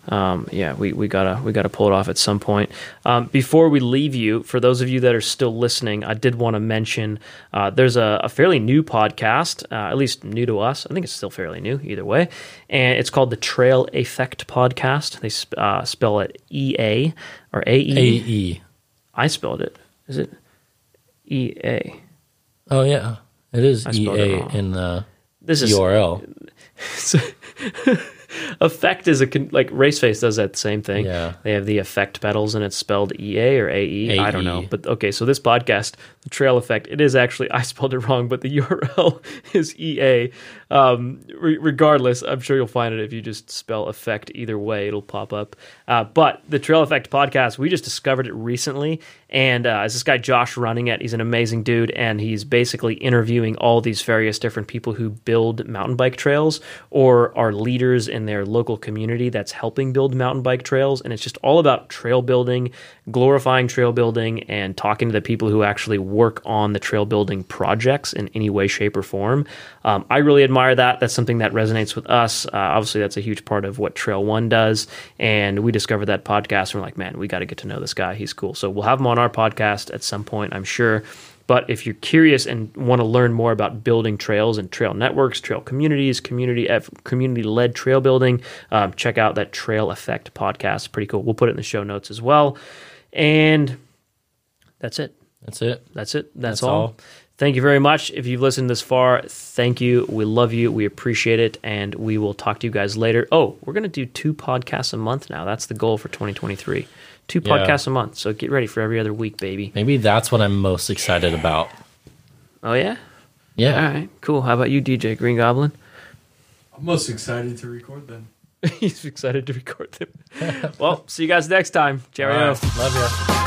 um, yeah, we, we gotta we gotta pull it off at some point. Um, before we leave you, for those of you that are still listening, I did want to mention uh, there's a, a fairly new podcast, uh, at least new to us. I think it's still fairly new either way, and it's called the Trail Effect Podcast. They sp- uh, spell it E A or A E. AE. I spelled it. Is it E A? Oh, yeah. It is spelled it EA wrong. in the This is URL. effect is a con- like Raceface does that same thing. Yeah. They have the effect pedals and it's spelled EA or AE. I don't know. AE. But okay, so this podcast, the Trail Effect, it is actually *laughs* I spelled it wrong, but the URL is EA. Um, re- regardless, I'm sure you'll find it if you just spell effect either way, it'll pop up. Uh, but the Trail Effect podcast, we just discovered it recently, and uh, it's this guy Josh running it. He's an amazing dude, and he's basically interviewing all these various different people who build mountain bike trails or are leaders in their local community that's helping build mountain bike trails. And it's just all about trail building, glorifying trail building, and talking to the people who actually work on the trail building projects in any way, shape, or form. Um, I really admire that. That's something that resonates with us. Uh, obviously, that's a huge part of what Trail One does. And we discovered that podcast and we're like, man, we got to get to know this guy. He's cool. So we'll have him on our podcast at some point, I'm sure. But if you're curious and want to learn more about building trails and trail networks, trail communities, community community led trail building, um, check out that Trail Effect podcast. Pretty cool. We'll put it in the show notes as well. And that's it. That's it. That's it. That's, That's all. all. Thank you very much. If you've listened this far, thank you. We love you. We appreciate it. And we will talk to you guys later. Oh, we're going to do two podcasts a month now. That's the goal for 2023. Two Yeah. podcasts a month. So get ready for every other week, baby. Maybe that's what I'm most excited about. Oh, yeah? All Yeah. right. Cool. How about you, DJ Green *laughs* Goblin? I'm most excited to record them. *laughs* He's excited to record them. well, see you guys next time. Cheerio. All right. Love you.